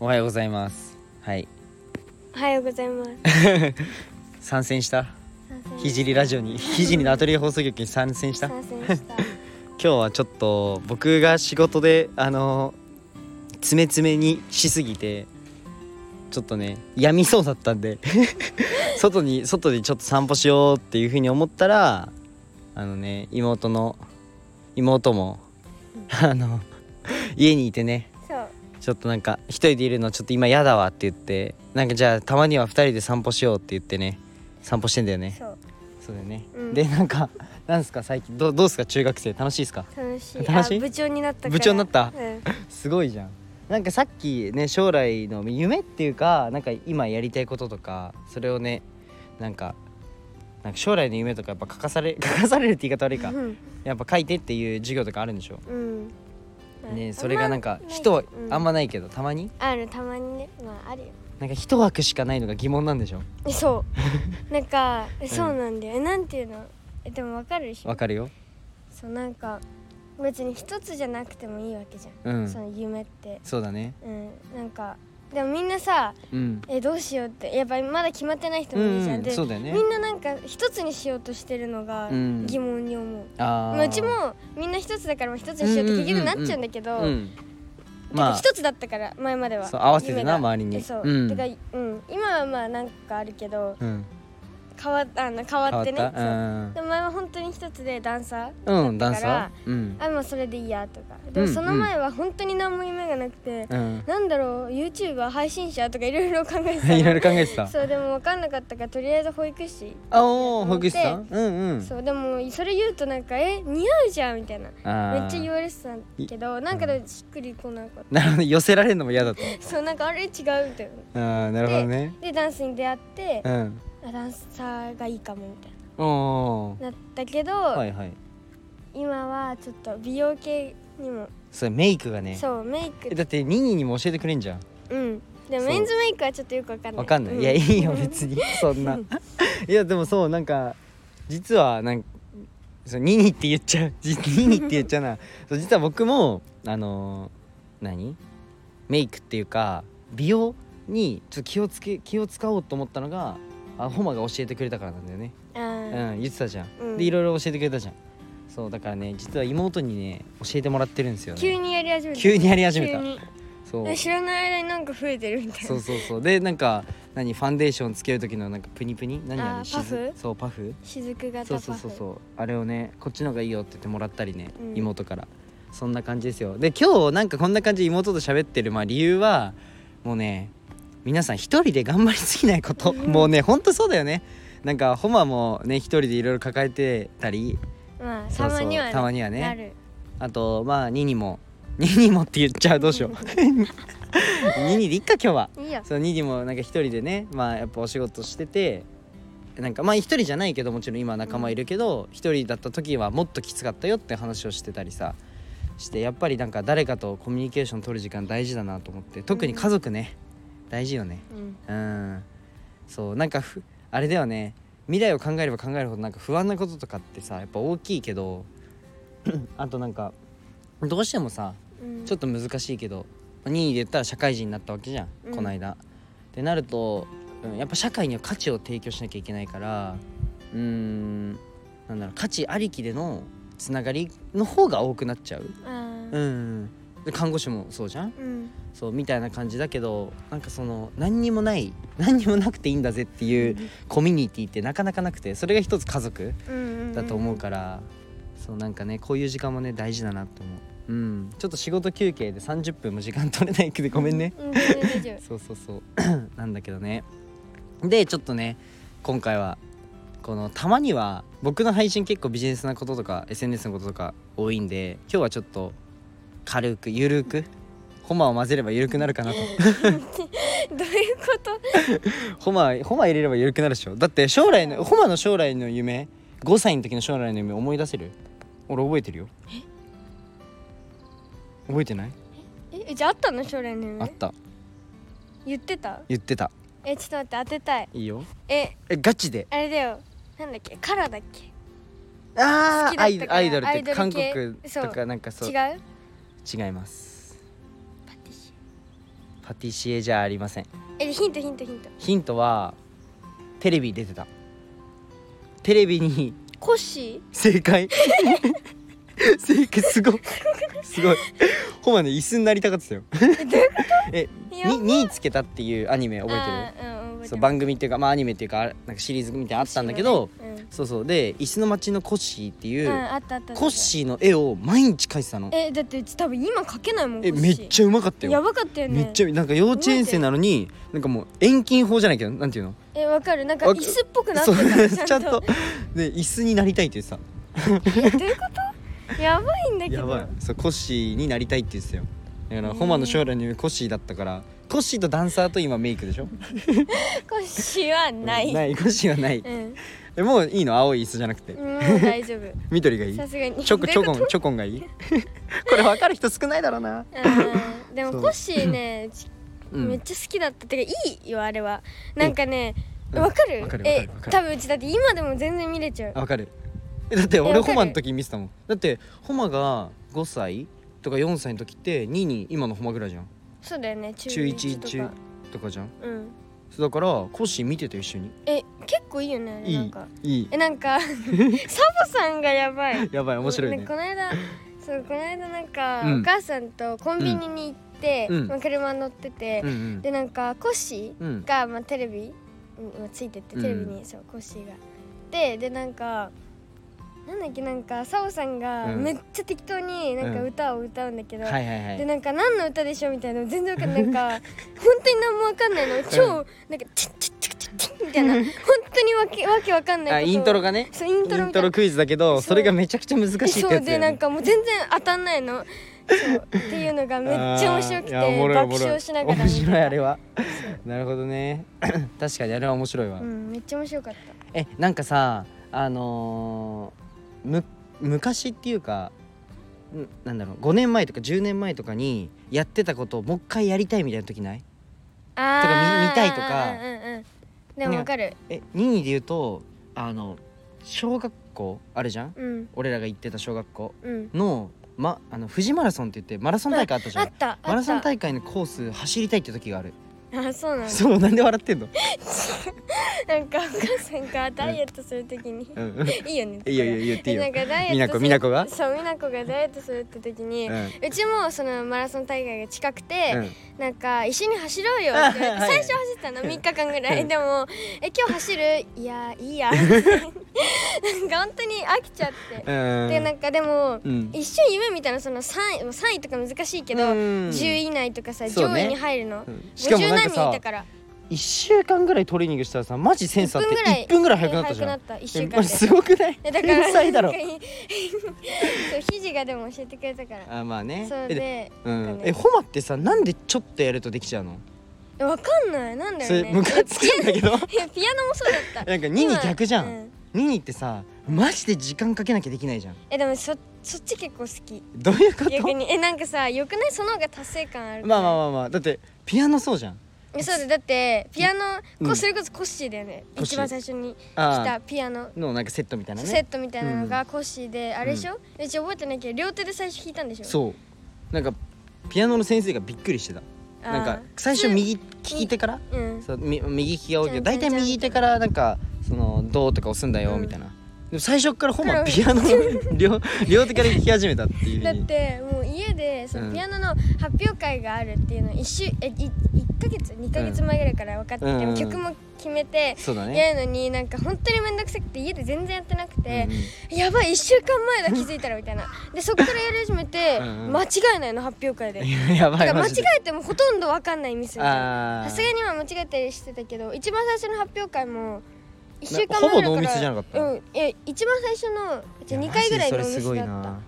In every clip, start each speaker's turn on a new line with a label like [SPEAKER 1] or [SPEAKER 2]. [SPEAKER 1] はようございますはい
[SPEAKER 2] おはようございます。
[SPEAKER 1] 参戦した ひじりラジオに ひじりのアトリエ放送局に参戦した今
[SPEAKER 2] 参戦した。
[SPEAKER 1] 日はちょっと僕が仕事であの詰め詰めにしすぎてちょっとねやみそうだったんで 外に外でちょっと散歩しようっていうふうに思ったらあのね妹の妹もあの家にいてね
[SPEAKER 2] そう。
[SPEAKER 1] ちょっとなんか一人でいるのちょっと今嫌だわって言ってなんかじゃあたまには二人で散歩しようって言ってね散歩してんだよね
[SPEAKER 2] そう。
[SPEAKER 1] そうだよね、
[SPEAKER 2] うん
[SPEAKER 1] でなんかなんすか最近どうどうすか中学生楽しいですか
[SPEAKER 2] 楽しい。
[SPEAKER 1] 楽しい
[SPEAKER 2] あ部長になったから。
[SPEAKER 1] 部長になった
[SPEAKER 2] うん。
[SPEAKER 1] すごいじゃんなんかさっきね将来の夢っていうかなんか今やりたいこととかそれをねなんかなんか将来の夢とかやっぱ書かされ 書かされるって言い方悪いか
[SPEAKER 2] うん
[SPEAKER 1] やっぱ書いてっていう授業とかあるんでしょ
[SPEAKER 2] うん。
[SPEAKER 1] ねそれがなんか
[SPEAKER 2] あ
[SPEAKER 1] 人は
[SPEAKER 2] う
[SPEAKER 1] あんまないけどたまに
[SPEAKER 2] あるたまにねまああるよ。
[SPEAKER 1] なんか一枠しかないのが疑問なんでしょ
[SPEAKER 2] えそ うなんかえそうなんだよ、えなんていうのえでもわかるでしょ
[SPEAKER 1] わかるよ
[SPEAKER 2] そうなんか別に一つじゃなくてもいいわけじゃ、
[SPEAKER 1] うんん
[SPEAKER 2] その夢って
[SPEAKER 1] そうだね
[SPEAKER 2] うんなんかでもみんなさ
[SPEAKER 1] うん
[SPEAKER 2] えどうしようってやっぱまだ決まってない人もいるじゃん、
[SPEAKER 1] うん
[SPEAKER 2] で
[SPEAKER 1] そうだよね
[SPEAKER 2] みんななんか一つにしようとしてるのが
[SPEAKER 1] うん
[SPEAKER 2] 疑問に思う、
[SPEAKER 1] あ
[SPEAKER 2] ま
[SPEAKER 1] ー
[SPEAKER 2] あうちもみんな一つだからまあ一つにしようって結局なっちゃうんだけど、
[SPEAKER 1] うん
[SPEAKER 2] ま
[SPEAKER 1] まあ
[SPEAKER 2] 一つだったから前までは
[SPEAKER 1] そう合わせてな
[SPEAKER 2] 夢が
[SPEAKER 1] 周りに
[SPEAKER 2] えそう、
[SPEAKER 1] うん
[SPEAKER 2] てかうん今はまあなんかあるけど
[SPEAKER 1] うん
[SPEAKER 2] 変わあの変
[SPEAKER 1] 変
[SPEAKER 2] わ
[SPEAKER 1] わ
[SPEAKER 2] っ
[SPEAKER 1] って
[SPEAKER 2] ね
[SPEAKER 1] た
[SPEAKER 2] そう
[SPEAKER 1] うん
[SPEAKER 2] でも前は本当に一つでダンサ
[SPEAKER 1] うんダン
[SPEAKER 2] だから
[SPEAKER 1] サーうん
[SPEAKER 2] ーあもうそれでいいやとかでも
[SPEAKER 1] うん
[SPEAKER 2] その前は本当に何も夢がなくて、
[SPEAKER 1] うん
[SPEAKER 2] なんだろう YouTuber 配信者とかい ろいろ考えてたの
[SPEAKER 1] いろいろ考えてた
[SPEAKER 2] そうでも分かんなかったからとりあえず保育士、
[SPEAKER 1] あおー保育士さんうんうん
[SPEAKER 2] そうでもそれ言うとなんか「え似合うじゃん」みたいなめっ
[SPEAKER 1] あー
[SPEAKER 2] ちゃ言われてたんだけどなんかでもしっくりこなかっ
[SPEAKER 1] なるほど寄せられるのも嫌だと
[SPEAKER 2] たそうなんかあれ違うみたいな
[SPEAKER 1] あーなるほどね
[SPEAKER 2] でダンスに出会って
[SPEAKER 1] う、ん
[SPEAKER 2] あダンサーがいいかもみたい
[SPEAKER 1] おー
[SPEAKER 2] ななったけど、
[SPEAKER 1] はいはい
[SPEAKER 2] 今はちょっと美容系にも
[SPEAKER 1] それメイクがね
[SPEAKER 2] そうメイ
[SPEAKER 1] え
[SPEAKER 2] ク
[SPEAKER 1] だってニーニーにも教えてくれんじゃん
[SPEAKER 2] うんでも
[SPEAKER 1] そう
[SPEAKER 2] メンズメイクはちょっとよくわかんない
[SPEAKER 1] わかんない、いや
[SPEAKER 2] う
[SPEAKER 1] いいよ別にそんないやでもそうなんか実はなんかそのニニって言っちゃう じニニって言っちゃうなそう実は僕もあのー何メイクっていうか美容にちょっと気をつけ気を使おうと思ったのがあホマが教えてくれたからなんだよね、
[SPEAKER 2] あ
[SPEAKER 1] うん
[SPEAKER 2] ー
[SPEAKER 1] 言ってたじゃん、
[SPEAKER 2] うん
[SPEAKER 1] でいろいろ教えてくれたじゃんそうだからね実は妹にね教えてもらってるんですよね
[SPEAKER 2] 急にやり始めた
[SPEAKER 1] 急にやり始めた
[SPEAKER 2] 急に
[SPEAKER 1] そう
[SPEAKER 2] え知らない間になんか増えてるみたい
[SPEAKER 1] そ
[SPEAKER 2] な
[SPEAKER 1] うそうそうでなんか何ファンデーションつける時のなんかプニプニ何あ
[SPEAKER 2] あ
[SPEAKER 1] れ
[SPEAKER 2] ー
[SPEAKER 1] しず
[SPEAKER 2] パフ
[SPEAKER 1] そうパフ
[SPEAKER 2] 雫型
[SPEAKER 1] そ
[SPEAKER 2] パ
[SPEAKER 1] う
[SPEAKER 2] フ
[SPEAKER 1] そうそうそうあれをねこっちの方がいいよって言ってもらったりね、
[SPEAKER 2] うん
[SPEAKER 1] 妹からそんな感じですよで今日なんかこんな感じで妹と喋ってるまあ理由はもうね皆さん一人で頑張りすぎないこと、もうねほんとそうだよねなんかホマもね一人でいろいろ抱えてたり
[SPEAKER 2] まあ
[SPEAKER 1] そ
[SPEAKER 2] た
[SPEAKER 1] うそう
[SPEAKER 2] まにはね
[SPEAKER 1] たまにはね
[SPEAKER 2] なる
[SPEAKER 1] あとまあニニもニニもって言っちゃうどうしよう ニニでいっか今日はい
[SPEAKER 2] いよ
[SPEAKER 1] そうニディもなんか一人でねまあやっぱお仕事しててなんかまあ一人じゃないけどもちろん今は仲間いるけど一、人だった時はもっときつかったよって話をしてたりさしてやっぱりなんか誰かとコミュニケーション取る時間大事だなと思って特に家族ね、大事よね
[SPEAKER 2] うん
[SPEAKER 1] うんそうなんかふあれだよね未来を考えれば考えるほどなんか不安なこととかってさやっぱ大きいけど あとなんかどうしてもさ
[SPEAKER 2] うん
[SPEAKER 1] ちょっと難しいけど任意で言ったら社会人になったわけじゃん、
[SPEAKER 2] うん
[SPEAKER 1] この間。ってなると、うん、やっぱ社会には価値を提供しなきゃいけないからうーんなんだろう価値ありきでのつながりの方が多くなっちゃう。
[SPEAKER 2] あー
[SPEAKER 1] うんで看護師もそうじゃん
[SPEAKER 2] うん
[SPEAKER 1] そうみたいな感じだけどなんかその何にもない何にもなくていいんだぜっていうコミュニティってなかなかなくてそれが一つ家族
[SPEAKER 2] うん
[SPEAKER 1] だと思うから、そうなんかねこういう時間もね大事だなと思ううんちょっと仕事休憩で30分も時間取れないけどごめんね、
[SPEAKER 2] うん全然大丈
[SPEAKER 1] そうそうそう なんだけどねでちょっとね今回はこのたまには僕の配信結構ビジネスなこととか SNS のこととか多いんで今日はちょっと軽くゆるくホマを混ぜればゆるくなるかなと
[SPEAKER 2] 夫どういうこと
[SPEAKER 1] ホマホマ入れればゆるくなるでしょだって将来のホマの将来の夢5歳の時の将来の夢思い出せる俺覚えてるよ覚えてない
[SPEAKER 2] ええじゃああったの将来の
[SPEAKER 1] あっ
[SPEAKER 2] 夢
[SPEAKER 1] た
[SPEAKER 2] 言ってた
[SPEAKER 1] 言ってた
[SPEAKER 2] えちょっと待って当てたい
[SPEAKER 1] いいよ
[SPEAKER 2] え
[SPEAKER 1] えガチで
[SPEAKER 2] あれだよなんだっけカラーだっけ
[SPEAKER 1] あ
[SPEAKER 2] 好
[SPEAKER 1] あ
[SPEAKER 2] きだ
[SPEAKER 1] ア
[SPEAKER 2] った
[SPEAKER 1] イ
[SPEAKER 2] から
[SPEAKER 1] アイドルっ
[SPEAKER 2] ア
[SPEAKER 1] て
[SPEAKER 2] イドル系
[SPEAKER 1] 韓国と
[SPEAKER 2] そ
[SPEAKER 1] かなんかそう
[SPEAKER 2] 違う
[SPEAKER 1] 違います
[SPEAKER 2] パティシ
[SPEAKER 1] パパティシエじゃありません
[SPEAKER 2] えヒントヒントヒント
[SPEAKER 1] ヒントはテレビ出てたテレビに
[SPEAKER 2] コッシ
[SPEAKER 1] 正解 正解すごいすごいほんまね椅子になりたかったよ
[SPEAKER 2] ーえどういう
[SPEAKER 1] え
[SPEAKER 2] こと
[SPEAKER 1] ににつけたっていうアニメ覚えてる
[SPEAKER 2] てるうん覚えて
[SPEAKER 1] そう
[SPEAKER 2] る
[SPEAKER 1] 番組っていうかまあアニメっていうかあなんかシリーズみたいなのあったんだけど、
[SPEAKER 2] うんうん
[SPEAKER 1] そうそうで椅子の街のコッシーっていう、
[SPEAKER 2] あったあったあった
[SPEAKER 1] コッシーの絵を毎日描いてたのえ
[SPEAKER 2] えだってうち多分今書けないもんコッシ
[SPEAKER 1] め
[SPEAKER 2] ー
[SPEAKER 1] っちゃうまかったよ
[SPEAKER 2] やばかったよね
[SPEAKER 1] めっちゃなんか幼稚園生なのになんかもう遠近法じゃないけどなんていうの
[SPEAKER 2] えわかるなんか
[SPEAKER 1] わか
[SPEAKER 2] 椅子っぽくなっ
[SPEAKER 1] そ
[SPEAKER 2] て
[SPEAKER 1] う
[SPEAKER 2] た
[SPEAKER 1] ちゃんとで椅子になりたいって言ってた
[SPEAKER 2] えどういうことやばいんだけど
[SPEAKER 1] やばいそうコッシーになりたいって言ってたよだから、
[SPEAKER 2] うん
[SPEAKER 1] ホマの将来の夢コッシーだったからコッシーとダンサーと今メイクでしょ
[SPEAKER 2] コッシーはない
[SPEAKER 1] ないコッシーはない
[SPEAKER 2] うん
[SPEAKER 1] えもういいの青い椅子じゃなくて
[SPEAKER 2] もう大丈夫
[SPEAKER 1] 緑がいい
[SPEAKER 2] さすがに
[SPEAKER 1] チョコチョコ
[SPEAKER 2] どういう
[SPEAKER 1] ンチョコンがい いこれ分かる人少ないだろうな
[SPEAKER 2] ことうんでも
[SPEAKER 1] そう
[SPEAKER 2] コッシーねうち
[SPEAKER 1] うん
[SPEAKER 2] めっちゃ好きだったてかいいよあれはなんかね
[SPEAKER 1] うん
[SPEAKER 2] わかる
[SPEAKER 1] わかるわか
[SPEAKER 2] え
[SPEAKER 1] るわかる
[SPEAKER 2] 多分うちだって今でも全然見れちゃう
[SPEAKER 1] あ分かるえだって
[SPEAKER 2] え
[SPEAKER 1] 俺
[SPEAKER 2] わか
[SPEAKER 1] ホ
[SPEAKER 2] る
[SPEAKER 1] マの時見てたもんだってホマが5歳とか4歳の時って2に今のホマぐらいじゃん
[SPEAKER 2] そうだよね中
[SPEAKER 1] 中
[SPEAKER 2] 1
[SPEAKER 1] 1
[SPEAKER 2] と
[SPEAKER 1] 中
[SPEAKER 2] か
[SPEAKER 1] とかじゃん
[SPEAKER 2] うん
[SPEAKER 1] そうだからコッシー見てたよ一緒に
[SPEAKER 2] え結構いいよね
[SPEAKER 1] い
[SPEAKER 2] なん
[SPEAKER 1] い
[SPEAKER 2] か
[SPEAKER 1] いい
[SPEAKER 2] えな んかサボさんがやばい
[SPEAKER 1] やばい面白いね
[SPEAKER 2] この間そうこの間なんか、
[SPEAKER 1] うん
[SPEAKER 2] お母さんとコンビニに行って、
[SPEAKER 1] うん
[SPEAKER 2] まあ、車乗ってて
[SPEAKER 1] う、ん
[SPEAKER 2] でなんかコッシ
[SPEAKER 1] うんうん
[SPEAKER 2] ーが、まあ、テレビ、うんまあ、ついてってテレビに、そうコッシーが。ででなんかなんだっけなんかサオさんが
[SPEAKER 1] うん
[SPEAKER 2] めっちゃ適当になんか
[SPEAKER 1] うん
[SPEAKER 2] 歌を歌うんだけど、
[SPEAKER 1] はいはいはい
[SPEAKER 2] でなんか何の歌でしょうみたいなの全然わかんないなんか本当に何もわかんないの超なんかチッチッチッチッチッみたいな本当にわけわけわかんない
[SPEAKER 1] あ
[SPEAKER 2] こと
[SPEAKER 1] イ
[SPEAKER 2] を
[SPEAKER 1] ントロがね
[SPEAKER 2] そうイントロ
[SPEAKER 1] イ
[SPEAKER 2] み
[SPEAKER 1] ン
[SPEAKER 2] た
[SPEAKER 1] ト
[SPEAKER 2] いな
[SPEAKER 1] ロクイズだけど
[SPEAKER 2] そう
[SPEAKER 1] それがめちゃくちゃ難しいってやつだ
[SPEAKER 2] そう
[SPEAKER 1] よね
[SPEAKER 2] でなんかもう全然当たんないのそうっていうのがめっちゃ面白くて
[SPEAKER 1] あーいやおもろいお
[SPEAKER 2] 爆
[SPEAKER 1] もろい
[SPEAKER 2] 笑しながら
[SPEAKER 1] 面白いあれ
[SPEAKER 2] は、
[SPEAKER 1] はなるほどね 確かにあれは面白いわ、
[SPEAKER 2] うん、めっちゃ面白かった
[SPEAKER 1] えなんかさあのーむ昔っていうかんなんだろう5年前とか10年前とかにやってたことをもう一回やりたいみたいな時ない
[SPEAKER 2] あー
[SPEAKER 1] 見見たいとか
[SPEAKER 2] うんうんうんでもわかる
[SPEAKER 1] え任意で言うとあの小学校あるじゃん
[SPEAKER 2] うん
[SPEAKER 1] 俺らが行ってた小学校
[SPEAKER 2] うん
[SPEAKER 1] の,、ま、あの富士マラソンって言ってマラソン大会あったじ
[SPEAKER 2] あ
[SPEAKER 1] ゃ
[SPEAKER 2] っ
[SPEAKER 1] ん
[SPEAKER 2] たあった
[SPEAKER 1] マラソン大会のコース走りたいって時がある
[SPEAKER 2] あそうなの
[SPEAKER 1] そうなんで笑ってんの
[SPEAKER 2] なんかお母さんがダイエットするときに
[SPEAKER 1] うん
[SPEAKER 2] いいよね
[SPEAKER 1] いいよいいよ言っていいよ
[SPEAKER 2] なんかダイエット
[SPEAKER 1] みなこみなこが
[SPEAKER 2] そうみなこがダイエットするって時に、
[SPEAKER 1] う
[SPEAKER 2] うんちもそのマラソン大会が近くて、
[SPEAKER 1] うん
[SPEAKER 2] なんか一緒に走ろうよって言わ
[SPEAKER 1] は
[SPEAKER 2] れて
[SPEAKER 1] い
[SPEAKER 2] 最初走ったの
[SPEAKER 1] うん
[SPEAKER 2] 3日間ぐら
[SPEAKER 1] う
[SPEAKER 2] い
[SPEAKER 1] ん
[SPEAKER 2] でも「え今日走るいやい いや」なんか本当に飽きちゃって
[SPEAKER 1] うん
[SPEAKER 2] でなんかでも
[SPEAKER 1] うん
[SPEAKER 2] 一瞬夢みたいなその 3, 位3位とか難しいけど
[SPEAKER 1] うん
[SPEAKER 2] 10位以内とかさ
[SPEAKER 1] そう
[SPEAKER 2] 上
[SPEAKER 1] ね
[SPEAKER 2] 位に入るの
[SPEAKER 1] うんしかも
[SPEAKER 2] 50
[SPEAKER 1] なん
[SPEAKER 2] 何
[SPEAKER 1] か
[SPEAKER 2] 人い
[SPEAKER 1] さ
[SPEAKER 2] たから
[SPEAKER 1] 1週間ぐらいトレーニングしたらさマジセンサーって1
[SPEAKER 2] 1
[SPEAKER 1] 分
[SPEAKER 2] 分
[SPEAKER 1] ぐ
[SPEAKER 2] ぐ
[SPEAKER 1] ら
[SPEAKER 2] ら
[SPEAKER 1] い
[SPEAKER 2] い
[SPEAKER 1] 速くなったじゃん
[SPEAKER 2] え速くなった一週間で
[SPEAKER 1] えマジすごくない
[SPEAKER 2] えだから
[SPEAKER 1] 天才だ ろ
[SPEAKER 2] なんかいそう肘がでも教えてくれたから
[SPEAKER 1] あまあね
[SPEAKER 2] そう
[SPEAKER 1] え
[SPEAKER 2] で
[SPEAKER 1] うん
[SPEAKER 2] んかね
[SPEAKER 1] えホマってさなんでちょっとやるとできちゃうの
[SPEAKER 2] えわかんないなんだ
[SPEAKER 1] そ
[SPEAKER 2] よ
[SPEAKER 1] れ
[SPEAKER 2] ね
[SPEAKER 1] ムカつくんだけど
[SPEAKER 2] いやピアノもそうだった
[SPEAKER 1] なんか2に逆じゃ
[SPEAKER 2] 今うんん
[SPEAKER 1] 2にってさマジで時間かけなきゃできないじゃん
[SPEAKER 2] えでもそそっち結構好き
[SPEAKER 1] どういうこと
[SPEAKER 2] 逆にえなんかさよくないその方が達成感ある
[SPEAKER 1] まあまあまあまあだってピアノそうじゃん
[SPEAKER 2] えそうだだってピアノ、
[SPEAKER 1] うん
[SPEAKER 2] こそれこそコッシーだよね
[SPEAKER 1] コッシー
[SPEAKER 2] 一番最初に来
[SPEAKER 1] あ
[SPEAKER 2] たピアノ
[SPEAKER 1] あのなんかセットみたいな
[SPEAKER 2] セッ
[SPEAKER 1] ね
[SPEAKER 2] トみたいなのがコッシーで、あれでしょ、うち覚えてないけど両手で最初弾いたんでしょ
[SPEAKER 1] そうなんかピアノの先生がびっくりしてた
[SPEAKER 2] あー
[SPEAKER 1] なんか最初右利き手から
[SPEAKER 2] うん
[SPEAKER 1] そうみ右利きが多いけど
[SPEAKER 2] じゃ
[SPEAKER 1] 大
[SPEAKER 2] んじ
[SPEAKER 1] 体
[SPEAKER 2] ゃん
[SPEAKER 1] 右手からなんかその「どう?」とか押すんだよ
[SPEAKER 2] うん
[SPEAKER 1] みたいな、でも最初からほんま
[SPEAKER 2] プロ
[SPEAKER 1] ピアノの両 両手から弾き始めたっていうふ
[SPEAKER 2] だ
[SPEAKER 1] う
[SPEAKER 2] っ
[SPEAKER 1] に
[SPEAKER 2] てもう家でそ
[SPEAKER 1] うん
[SPEAKER 2] のピアノの発表会があるっていうの一週えい一ヶ月二ヶ月前ぐらいから分かってて、
[SPEAKER 1] うん
[SPEAKER 2] もう曲も決めて
[SPEAKER 1] そうだね
[SPEAKER 2] やるのになんか本当に面倒くさくて家で全然やってなくて
[SPEAKER 1] うん、
[SPEAKER 2] やばい1週間前だ気づいたらみたいなでそこからやり始めて
[SPEAKER 1] うんうん
[SPEAKER 2] 間違えないの発表会で
[SPEAKER 1] うん やば
[SPEAKER 2] だ
[SPEAKER 1] い
[SPEAKER 2] から
[SPEAKER 1] マ
[SPEAKER 2] 間違
[SPEAKER 1] ジで
[SPEAKER 2] えてもほとんど分かんないミスみたいな
[SPEAKER 1] あ
[SPEAKER 2] さすがには間違えたりしてたけど一番最初の発表会も1週間
[SPEAKER 1] ほぼ
[SPEAKER 2] 前だから
[SPEAKER 1] 濃密じゃなかった
[SPEAKER 2] うんいや一番最初のじゃ2回ぐらい
[SPEAKER 1] の
[SPEAKER 2] 濃
[SPEAKER 1] それす
[SPEAKER 2] 密
[SPEAKER 1] ごい
[SPEAKER 2] だった
[SPEAKER 1] な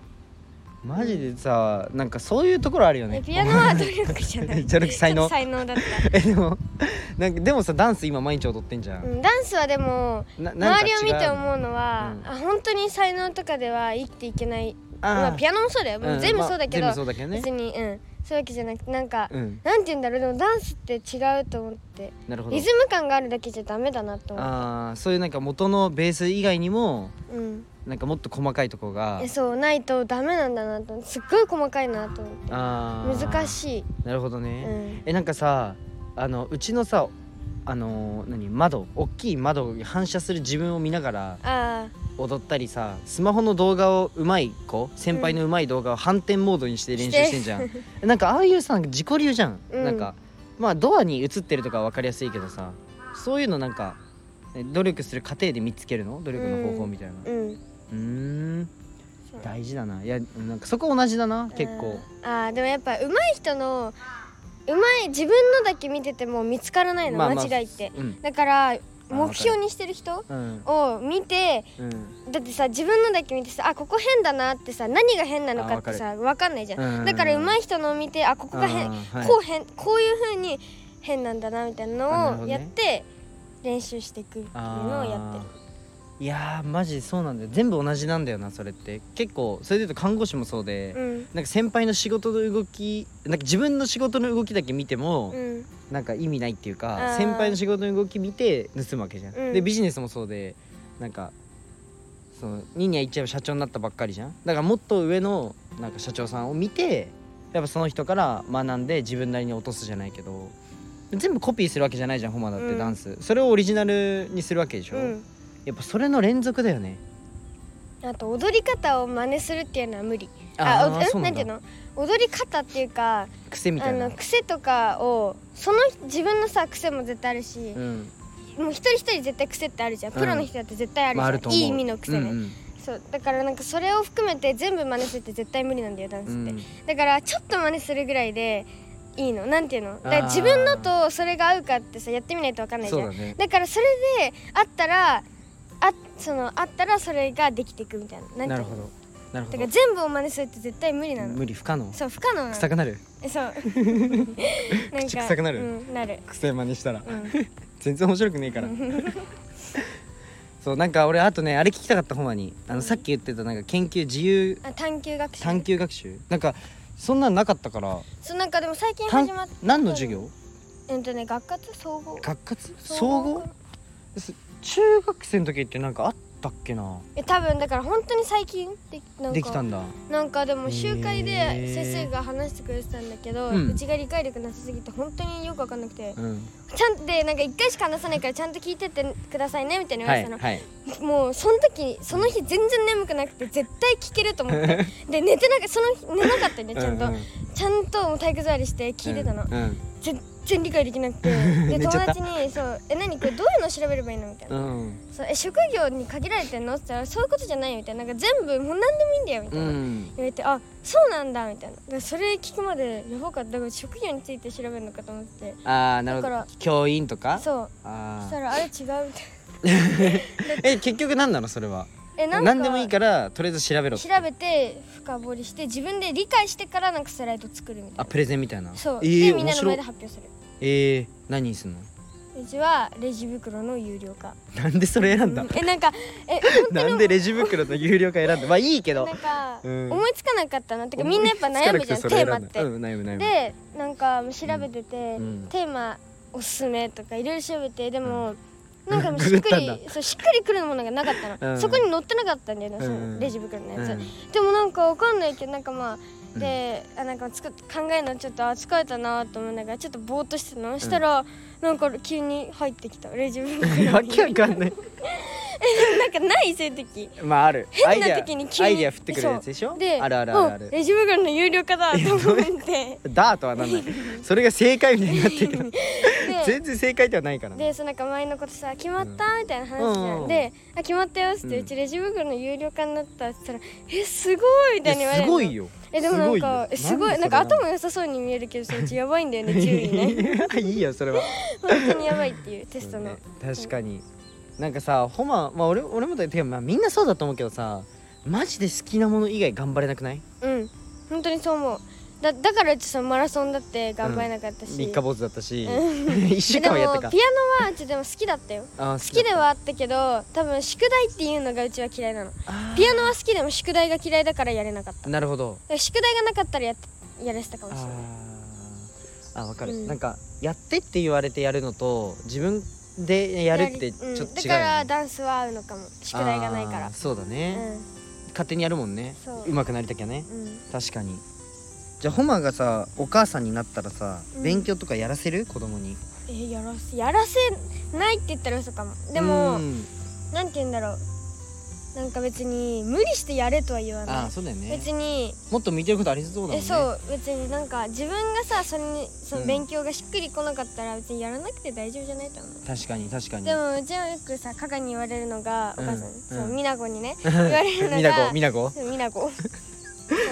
[SPEAKER 1] マジでさなんかそういうところあるよね
[SPEAKER 2] えピアノは努力じゃない
[SPEAKER 1] 努力才能
[SPEAKER 2] ちょっと才能だっ
[SPEAKER 1] えでもなんかでもさダンス今毎日踊ってんじゃ
[SPEAKER 2] た、
[SPEAKER 1] ん、
[SPEAKER 2] うん、ダンスはでも
[SPEAKER 1] ななんか
[SPEAKER 2] 周りを見て思うのは、
[SPEAKER 1] うん
[SPEAKER 2] あ本当に才能とかでは生きていけないまあ、ピ
[SPEAKER 1] ア
[SPEAKER 2] ピアノもそうだよ、もう全部そうだけど、
[SPEAKER 1] まあ、全部そうだけどね
[SPEAKER 2] 別にうんそういうわけじゃなくてなんか、
[SPEAKER 1] うん
[SPEAKER 2] なんて言うんだろうでもダンスって違うと思って
[SPEAKER 1] なるほど
[SPEAKER 2] リズム感があるだけじゃダメだなと思
[SPEAKER 1] ああそういうなんか元のベース以外にも
[SPEAKER 2] う、うん、
[SPEAKER 1] なんかもっと細かいとこが
[SPEAKER 2] えそうないとダメなんだなとすっごい細かいなと思って
[SPEAKER 1] あー
[SPEAKER 2] 難し
[SPEAKER 1] なるほど
[SPEAKER 2] い、
[SPEAKER 1] ね、
[SPEAKER 2] うん、
[SPEAKER 1] えなんかさあのうちのさあのー何窓大きい窓に反射する自分を見ながら
[SPEAKER 2] あ
[SPEAKER 1] 踊ったりさスマホの動画をうまい子先輩のうまい動画を反転モードにして練習してんじゃん なんかああいうさ自己流じゃん、
[SPEAKER 2] うん
[SPEAKER 1] なんかまあドアに映ってるとかは分かりやすいけどさそういうのなんかね努力する過程で見つけるの努力の方法みたいな
[SPEAKER 2] あうん
[SPEAKER 1] うーん
[SPEAKER 2] そう
[SPEAKER 1] 大事だないやなんかそこ同じだな結構
[SPEAKER 2] あーあーでもやっぱ上手い人の上手い自分のだけ見てても見つからないの、
[SPEAKER 1] まあまあ
[SPEAKER 2] 間違いって
[SPEAKER 1] うん
[SPEAKER 2] だから
[SPEAKER 1] ーわか
[SPEAKER 2] 目
[SPEAKER 1] る
[SPEAKER 2] 標にしてる人
[SPEAKER 1] うん
[SPEAKER 2] を見て
[SPEAKER 1] うん
[SPEAKER 2] だってさ自分のだけ見てさあここ変だなってさ何が変なのかってさ分かんないじゃん、
[SPEAKER 1] うん
[SPEAKER 2] だから上手い人のを見てあここが変、
[SPEAKER 1] あーはい
[SPEAKER 2] こう変こういう風に変なんだなみたい
[SPEAKER 1] あなる
[SPEAKER 2] な
[SPEAKER 1] ほ
[SPEAKER 2] のを
[SPEAKER 1] どね
[SPEAKER 2] やって練習していくっていうのをやってる
[SPEAKER 1] あーいやーマジそうなんだよ全部同じなんだよなそれって結構それで言うと看護師もそうで、
[SPEAKER 2] うん
[SPEAKER 1] なんか先輩の仕事の動きなんか自分の仕事の動きだけ見ても、
[SPEAKER 2] うん
[SPEAKER 1] なんか意味ないっていう
[SPEAKER 2] あ
[SPEAKER 1] か
[SPEAKER 2] ー
[SPEAKER 1] 先輩の仕事の動き見て盗むわけじゃん、
[SPEAKER 2] うん
[SPEAKER 1] でビジネスもそうでなんかそのニーニャ一応社長になったばっかりじゃんだからもっと上のなんか社長さんを見てやっぱその人から学んで自分なりに落とすじゃないけど全部コピーするわけじゃないじゃんホマだって
[SPEAKER 2] うん
[SPEAKER 1] ダンス、それをオリジナルにするわけでしょ、
[SPEAKER 2] うん
[SPEAKER 1] やっぱそれの連続だよね
[SPEAKER 2] あと踊り方を真似するっていうのは無理
[SPEAKER 1] あ
[SPEAKER 2] あ
[SPEAKER 1] ー
[SPEAKER 2] おえ
[SPEAKER 1] そうな
[SPEAKER 2] な
[SPEAKER 1] だ
[SPEAKER 2] んんていうの踊り方っていうか
[SPEAKER 1] 癖みた
[SPEAKER 2] あ
[SPEAKER 1] いな
[SPEAKER 2] の癖とかをその人自分のさ癖も絶対あるし
[SPEAKER 1] う、ん
[SPEAKER 2] もう一人一人絶対癖ってあるじゃん、プロの人だって絶対あるじ
[SPEAKER 1] ま
[SPEAKER 2] ゃ
[SPEAKER 1] あ
[SPEAKER 2] ん、
[SPEAKER 1] あると思う
[SPEAKER 2] いい意味の癖ね、
[SPEAKER 1] うん
[SPEAKER 2] そうだからなんかそれを含めて全部真似するって絶対無理なんだよダンスっ
[SPEAKER 1] う
[SPEAKER 2] て、
[SPEAKER 1] んうん
[SPEAKER 2] だからちょっと真似するぐらいでいいのなんていうのだから
[SPEAKER 1] あー
[SPEAKER 2] 自分のとそれが合うかってさやってみないと分かんないじゃ
[SPEAKER 1] そ
[SPEAKER 2] ん
[SPEAKER 1] うだ
[SPEAKER 2] だ,、
[SPEAKER 1] ね
[SPEAKER 2] からそれであったらあそのあったらそれができていくみたいななんていうの
[SPEAKER 1] なるほどなるほど
[SPEAKER 2] だから全部を真似するって絶対無理なの
[SPEAKER 1] 無理不可能
[SPEAKER 2] そう不可能なの
[SPEAKER 1] 臭くなる
[SPEAKER 2] えそうなんか
[SPEAKER 1] 口臭くなる
[SPEAKER 2] うん、なる、
[SPEAKER 1] 癖真似したら
[SPEAKER 2] うん、
[SPEAKER 1] 全然面白くねえから そうなんか俺あとねあれ聞きたかったほんまにあのさっき言ってたなんか研究自由
[SPEAKER 2] あ探究学習
[SPEAKER 1] 探究学習なんかそんなんなかったから
[SPEAKER 2] そうなんかでも最近
[SPEAKER 1] 探
[SPEAKER 2] 始まった
[SPEAKER 1] 何の授業
[SPEAKER 2] うんとね学活総合
[SPEAKER 1] 学活総合
[SPEAKER 2] か
[SPEAKER 1] す中学生の時ってなんかあったっけな
[SPEAKER 2] え多分だから本当に最近でなんか
[SPEAKER 1] できたんだ
[SPEAKER 2] なんかでも集会
[SPEAKER 1] へ
[SPEAKER 2] で
[SPEAKER 1] ー
[SPEAKER 2] 先生が話してくれてたんだけど、
[SPEAKER 1] うん
[SPEAKER 2] うちが理解力なさすぎて本当によく分かんなくて、
[SPEAKER 1] うん
[SPEAKER 2] ちゃんでなんか一回しか話さないからちゃんと聞いてってくださいねみたいに言わ
[SPEAKER 1] は
[SPEAKER 2] れ
[SPEAKER 1] い
[SPEAKER 2] てたの、
[SPEAKER 1] はい
[SPEAKER 2] もうその時その日全然眠くなくて絶対聞けると思ってで寝てなかその日寝なかったねちゃんと、
[SPEAKER 1] うう
[SPEAKER 2] ちゃんともう体育座りして聞いてたの、
[SPEAKER 1] うん
[SPEAKER 2] 全然理解できなくてで
[SPEAKER 1] 寝
[SPEAKER 2] 友
[SPEAKER 1] ちゃった
[SPEAKER 2] 達に「そうえ何これどういうの調べればいいの?」みたいな
[SPEAKER 1] う。ん
[SPEAKER 2] そうえ職業に限られてんのって言ったらそういうことじゃないよみたいななんか全部もう何でもいいんだよみた
[SPEAKER 1] う
[SPEAKER 2] いな、
[SPEAKER 1] ん
[SPEAKER 2] 言われてあそうなんだみたいなだからそれ聞くまでやばかっただから職業について調べるのかと思って
[SPEAKER 1] ああなるほ
[SPEAKER 2] だから
[SPEAKER 1] ど教員とか
[SPEAKER 2] そう
[SPEAKER 1] あ
[SPEAKER 2] そ
[SPEAKER 1] ー
[SPEAKER 2] したらあれ違うみた いな
[SPEAKER 1] え結局何なのそれは
[SPEAKER 2] えなんか
[SPEAKER 1] 何でもいいからとりあえず調べろって
[SPEAKER 2] 調べて深掘りして自分で理解してからなんかスライド作るみた
[SPEAKER 1] あ
[SPEAKER 2] い
[SPEAKER 1] プレゼンみたいな
[SPEAKER 2] なそう、
[SPEAKER 1] え
[SPEAKER 2] で
[SPEAKER 1] ー、
[SPEAKER 2] み
[SPEAKER 1] 面
[SPEAKER 2] んなの前
[SPEAKER 1] 白
[SPEAKER 2] で発表する
[SPEAKER 1] えー、何にすんの
[SPEAKER 2] うちはレジ袋の有料化
[SPEAKER 1] なんでそれ選んだ
[SPEAKER 2] うんえなんか え
[SPEAKER 1] なんでレジ袋と有料化選んだまあいいけど
[SPEAKER 2] なんか、
[SPEAKER 1] うん
[SPEAKER 2] 思いつかなかったなってかみんなやっぱ悩むじゃん
[SPEAKER 1] 思いつかなくてそ
[SPEAKER 2] テ
[SPEAKER 1] れ選
[SPEAKER 2] ー
[SPEAKER 1] ん
[SPEAKER 2] マ
[SPEAKER 1] だ
[SPEAKER 2] って、
[SPEAKER 1] うん悩む悩む
[SPEAKER 2] でなんか調べてて、
[SPEAKER 1] うん
[SPEAKER 2] テーマおすすめとかいろいろ調べてでも、
[SPEAKER 1] ん
[SPEAKER 2] なんかもうしっく
[SPEAKER 1] グ
[SPEAKER 2] り
[SPEAKER 1] グったん
[SPEAKER 2] そうしっくりくるものがなかったの、
[SPEAKER 1] うん
[SPEAKER 2] そこに載ってなかったんだよね、そ
[SPEAKER 1] うん
[SPEAKER 2] のレジ袋のやつ、
[SPEAKER 1] うん
[SPEAKER 2] でもなんかわかんないけどなんかまあで、あなんかつく考えるのちょっとあ疲れたなと思いながらちょっとぼーっとしてたのしたら、なんか急に入っ てきたレジ袋に
[SPEAKER 1] わけわかんない
[SPEAKER 2] なんかないそういう時
[SPEAKER 1] まああるアイ
[SPEAKER 2] 変
[SPEAKER 1] デ
[SPEAKER 2] な
[SPEAKER 1] ア
[SPEAKER 2] 時に急に
[SPEAKER 1] アイデア降ってくるやつでしょ
[SPEAKER 2] で
[SPEAKER 1] あるあるあるあ
[SPEAKER 2] お
[SPEAKER 1] る
[SPEAKER 2] レジ袋の有料化だと思って
[SPEAKER 1] ダートはなんないそれが正解みたいにな ってるから
[SPEAKER 2] で
[SPEAKER 1] 全然正解ではないからね
[SPEAKER 2] でそのなんか前のことさ決まったみたいな話じゃん、
[SPEAKER 1] うん
[SPEAKER 2] で「あ決まったよ」っつって、
[SPEAKER 1] う
[SPEAKER 2] うんちレジ袋の有料化になった」っつったら「えすごい」み
[SPEAKER 1] い
[SPEAKER 2] た
[SPEAKER 1] や
[SPEAKER 2] いに言わ
[SPEAKER 1] す
[SPEAKER 2] れるの
[SPEAKER 1] ごいよ
[SPEAKER 2] えでもなんかえ
[SPEAKER 1] す
[SPEAKER 2] す
[SPEAKER 1] ご
[SPEAKER 2] ご
[SPEAKER 1] い
[SPEAKER 2] い
[SPEAKER 1] よ
[SPEAKER 2] なんか
[SPEAKER 1] なんでそれなの
[SPEAKER 2] 頭良さそうに見えるけどさうちやばいんだよ ね注意ね
[SPEAKER 1] いいよそれは
[SPEAKER 2] 本当にやばいっていうテストの、
[SPEAKER 1] 確かになんかさホマまあ俺俺もだてかまあみんなそうだと思うけどさマジで好きなもの以外頑張れなくない
[SPEAKER 2] うん本当にそう思うだだからうちそのマラソンだって頑張れなかったし、
[SPEAKER 1] 三日坊主だったし
[SPEAKER 2] う ん
[SPEAKER 1] 一週
[SPEAKER 2] で
[SPEAKER 1] 間
[SPEAKER 2] も
[SPEAKER 1] は
[SPEAKER 2] ピ
[SPEAKER 1] や
[SPEAKER 2] ア
[SPEAKER 1] っ
[SPEAKER 2] ノ
[SPEAKER 1] たか
[SPEAKER 2] はうちでも好きだったよ
[SPEAKER 1] あ好
[SPEAKER 2] 好きではあったけど多分宿題っていうのがうちは嫌いなのピアノは好きでも宿題が嫌いだからやれなかっただか
[SPEAKER 1] なるほど
[SPEAKER 2] ら宿題がなかったらやっやれてたかもしれない
[SPEAKER 1] あーあわかる、
[SPEAKER 2] うん
[SPEAKER 1] なんかやってって言われてやるのと自分でやるってちょ
[SPEAKER 2] う
[SPEAKER 1] っ
[SPEAKER 2] ん
[SPEAKER 1] と違う、
[SPEAKER 2] だからダンスは合うのかも宿題がないから
[SPEAKER 1] あーそうだ
[SPEAKER 2] う
[SPEAKER 1] ね、
[SPEAKER 2] ん
[SPEAKER 1] 勝手にやるもんね
[SPEAKER 2] そう
[SPEAKER 1] うまくなりたきゃね
[SPEAKER 2] うん
[SPEAKER 1] 確かに
[SPEAKER 3] じゃあホマがさお母さんになったらさ
[SPEAKER 2] うん
[SPEAKER 3] 勉強とかやらせる子供に
[SPEAKER 2] えやらせやらせないって言ったら嘘かもでも
[SPEAKER 1] うん
[SPEAKER 2] なんて言うんだろうなんか別に無理してやれとは言わ
[SPEAKER 1] あ
[SPEAKER 2] な
[SPEAKER 1] あ
[SPEAKER 2] い
[SPEAKER 1] そうだよね
[SPEAKER 2] 別に
[SPEAKER 1] もっと見てることありそうだもんね
[SPEAKER 2] えそう別になんか自分がさそれにその
[SPEAKER 1] うん
[SPEAKER 2] 勉強がしっくりこなかったら別にやらなくて大丈夫じゃないと思う
[SPEAKER 1] 確かに確かに
[SPEAKER 2] でもうちはよくさカカに言われるのがお母さん
[SPEAKER 1] うん
[SPEAKER 2] にそう
[SPEAKER 1] うん
[SPEAKER 2] 美奈子にね言われるのが
[SPEAKER 1] みなこみなこ
[SPEAKER 2] そう美 奈子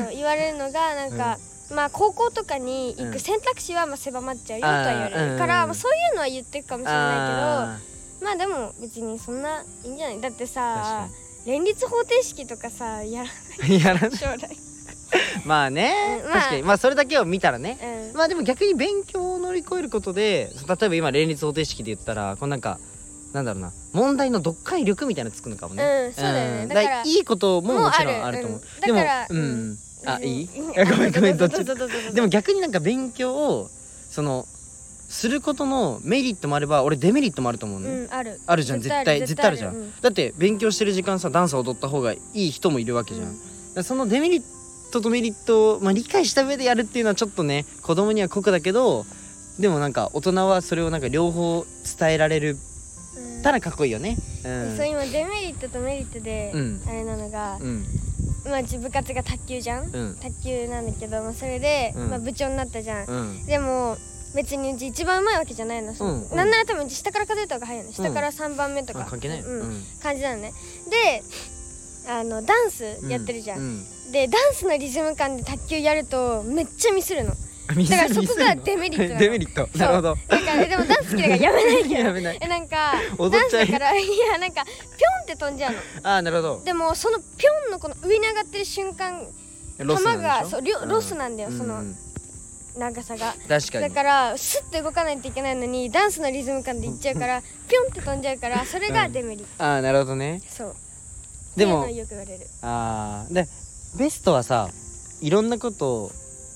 [SPEAKER 2] そう言われるのがなんか、まあ高校とかに行
[SPEAKER 1] う
[SPEAKER 2] く
[SPEAKER 1] ん
[SPEAKER 2] 選択肢はまあ狭まっちゃうよとは言われ
[SPEAKER 1] あーうん
[SPEAKER 2] る、
[SPEAKER 1] うん
[SPEAKER 2] から、まあ、そういうのは言ってるかもしれない
[SPEAKER 1] あー
[SPEAKER 2] けどまあでも別にそんないいんじゃないだってさ
[SPEAKER 1] 確
[SPEAKER 2] 連立方程式とかさやら
[SPEAKER 1] かにやら
[SPEAKER 2] ない将来
[SPEAKER 1] まあね、
[SPEAKER 2] うんまあ
[SPEAKER 1] 確かにまあそれだけを見たらね
[SPEAKER 2] うん
[SPEAKER 1] まあでも逆に勉強を乗り越えることで例えば今連立方程式で言ったらこうなんかなんだろうな問題の読解力みたいなのつくのかもね、
[SPEAKER 2] うんそうだよね
[SPEAKER 1] ん
[SPEAKER 2] だから
[SPEAKER 1] いいことももちろんあると思うで
[SPEAKER 2] もうあるうん
[SPEAKER 1] も
[SPEAKER 2] だから
[SPEAKER 1] うん
[SPEAKER 2] うん
[SPEAKER 1] あいい
[SPEAKER 2] あ
[SPEAKER 1] ごめんごめんどっ
[SPEAKER 2] ど
[SPEAKER 1] ち
[SPEAKER 2] うぞどうぞどうぞ
[SPEAKER 1] でも逆になんか勉強をそのすることのメリットもあれば俺デメリットもあると思うの、
[SPEAKER 2] うんある
[SPEAKER 1] あるじゃん絶対絶対あるじゃん、
[SPEAKER 2] う
[SPEAKER 1] だって勉強してる時間さダンス踊った方がいい人もいるわけじゃん、
[SPEAKER 2] うん
[SPEAKER 1] だからそのデメリットとメリットを、まあ、理解した上でやるっていうのはちょっとね子供には酷だけどでもなんか大人はそれをなんか両方伝えられる
[SPEAKER 2] うん
[SPEAKER 1] たらかっこいいよねうん
[SPEAKER 2] そう今デメリットとメリットで
[SPEAKER 1] うん
[SPEAKER 2] あれなのが
[SPEAKER 1] うん
[SPEAKER 2] まあ自部活が卓球じゃ
[SPEAKER 1] う
[SPEAKER 2] ん
[SPEAKER 1] ん
[SPEAKER 2] 卓球なんだけど、まあ、それで、
[SPEAKER 1] うん
[SPEAKER 2] まあ、部長になったじゃん、
[SPEAKER 1] うん
[SPEAKER 2] でも別にうち一番うまいわけじゃないの、その
[SPEAKER 1] うんうん
[SPEAKER 2] なんなら多分うち下から数えた方が早いの下から3番目とか、
[SPEAKER 1] あ関係ないよ
[SPEAKER 2] うん
[SPEAKER 1] うん
[SPEAKER 2] 感じなのねであのダンスやってるじゃん、
[SPEAKER 1] ううん
[SPEAKER 2] でダンスのリズム感で卓球やるとめっちゃミスるのだからそこがデメリットなの
[SPEAKER 1] デメリットなるほど
[SPEAKER 2] だからでもダンス好きだからやめない け
[SPEAKER 1] や
[SPEAKER 2] ど
[SPEAKER 1] めない
[SPEAKER 2] えなんか
[SPEAKER 1] 踊っ
[SPEAKER 2] ダンス
[SPEAKER 1] ちゃえ
[SPEAKER 2] だからいやなんかピョンって飛んじゃうの
[SPEAKER 1] あーなるほど
[SPEAKER 2] でもそのピョンのこの上に上がってる瞬間
[SPEAKER 1] ロスなんでしょ
[SPEAKER 2] 球がそうりょ
[SPEAKER 1] ん
[SPEAKER 2] ロスなんだよその
[SPEAKER 1] うん
[SPEAKER 2] 長さが
[SPEAKER 1] 確かに
[SPEAKER 2] だからスッと動かないといけないのにダンスのリズム感でいっちゃうからピョンって飛んじゃうからそれがデメリット、
[SPEAKER 1] ああなるほどね
[SPEAKER 2] そう
[SPEAKER 1] でも
[SPEAKER 2] っていうのをよく言われる
[SPEAKER 1] あーでベストはさいろんなことを、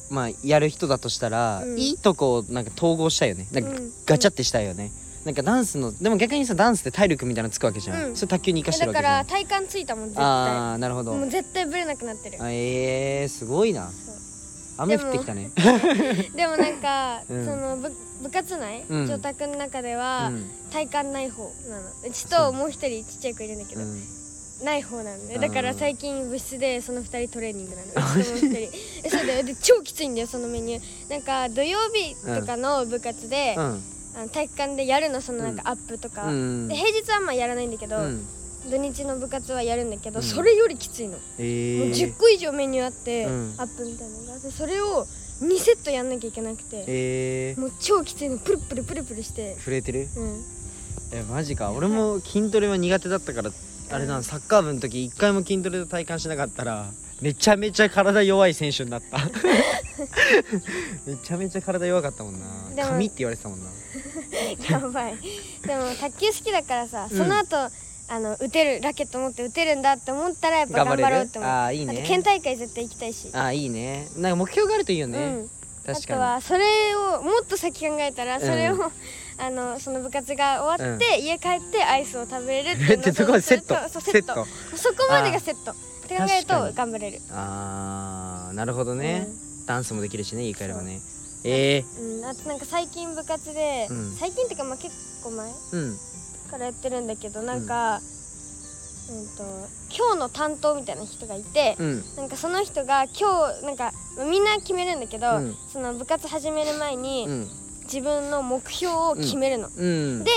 [SPEAKER 1] まあ、やる人だとしたら、
[SPEAKER 2] うん
[SPEAKER 1] いいとこをなんか統合したいよねなんか
[SPEAKER 2] うん
[SPEAKER 1] ガチャってしたいよね、なんかダンスのでも逆にさダンスって体力みたいなのつくわけじゃん、
[SPEAKER 2] うん
[SPEAKER 1] それ卓球に生かしてる
[SPEAKER 2] だ
[SPEAKER 1] わけ
[SPEAKER 2] か
[SPEAKER 1] じゃ
[SPEAKER 2] ら
[SPEAKER 1] ん
[SPEAKER 2] 体幹ついたもん絶対
[SPEAKER 1] ああーなるほど、
[SPEAKER 2] もう絶対ブレなくなってる
[SPEAKER 1] あえー、すごいな雨降ってきたね
[SPEAKER 2] でもなんか、
[SPEAKER 1] うん
[SPEAKER 2] その部部活内、
[SPEAKER 1] うん
[SPEAKER 2] 教卓の中で
[SPEAKER 1] う
[SPEAKER 2] は、
[SPEAKER 1] ん
[SPEAKER 2] 体幹ない方なのうち
[SPEAKER 1] そ
[SPEAKER 2] と
[SPEAKER 1] う
[SPEAKER 2] もう一人ちっちゃい子いるんだけ
[SPEAKER 1] う
[SPEAKER 2] ど、
[SPEAKER 1] ん
[SPEAKER 2] ない方なんで
[SPEAKER 1] あー
[SPEAKER 2] だから最近部室でその2人トレーニングなのうちともう一人えそうだよで超きついんだよそのメニューなんか土曜日とかの部活で、
[SPEAKER 1] うん
[SPEAKER 2] あの体育館でやるのそのなんかアップとか、
[SPEAKER 1] うん
[SPEAKER 2] で平日はあんまやらないんだけど、
[SPEAKER 1] うん
[SPEAKER 2] 土日の部活はやるんだけど、
[SPEAKER 1] うん
[SPEAKER 2] それよりきついの、
[SPEAKER 1] え
[SPEAKER 2] もう
[SPEAKER 1] ー
[SPEAKER 2] 10、個以上メニューあって、
[SPEAKER 1] うん
[SPEAKER 2] アップみたいなのがあってそれを2セットやんなきゃいけなくて、
[SPEAKER 1] えー、
[SPEAKER 2] もう超きついのプルプルプルプルして
[SPEAKER 1] 震えてる
[SPEAKER 2] うん
[SPEAKER 1] えマジか俺も筋トレは苦手だったからあれなサッカー部の時一回も筋トレで体感しなかったらめちゃめちゃ体弱い選手になった めちゃめちゃ体弱かったもんな
[SPEAKER 2] でも
[SPEAKER 1] 髪って言われてたもんな
[SPEAKER 2] やばいでも卓球好きだからさその後、あの打てるラケット持って打てるんだって思ったらやっぱ頑張ろうって思う
[SPEAKER 1] ああーいい
[SPEAKER 2] あと
[SPEAKER 1] ね
[SPEAKER 2] 県大会絶対行きたいし、
[SPEAKER 1] あーいいねなんか目標があるといいよね、
[SPEAKER 2] うんあ
[SPEAKER 1] 確
[SPEAKER 2] と
[SPEAKER 1] か
[SPEAKER 2] はそれをもっと先考えたらそれを、
[SPEAKER 1] う
[SPEAKER 2] あのその部活が終わって、家帰ってアイスを食べれるっていうの
[SPEAKER 1] ってとこはセット
[SPEAKER 2] そうそうセッ
[SPEAKER 1] セッ
[SPEAKER 2] トそこまでがセットって考える
[SPEAKER 1] 確かに
[SPEAKER 2] と頑張れる
[SPEAKER 1] にああなるほどね、ダンスもできるしね言い換えればねえ
[SPEAKER 2] うん、あとなんか最近部活で、
[SPEAKER 1] うん
[SPEAKER 2] 最近っていうかまあ結構前
[SPEAKER 1] ー、うん
[SPEAKER 2] からやってるんだけどなんか、うん、と今日の担当みたいな人がいて、
[SPEAKER 1] うん
[SPEAKER 2] なんかその人が今日なんかみんな決めるんだけど、
[SPEAKER 1] うん
[SPEAKER 2] その部活始める前に、
[SPEAKER 1] うん
[SPEAKER 2] 自分の目標を決めるの、
[SPEAKER 1] うん
[SPEAKER 2] で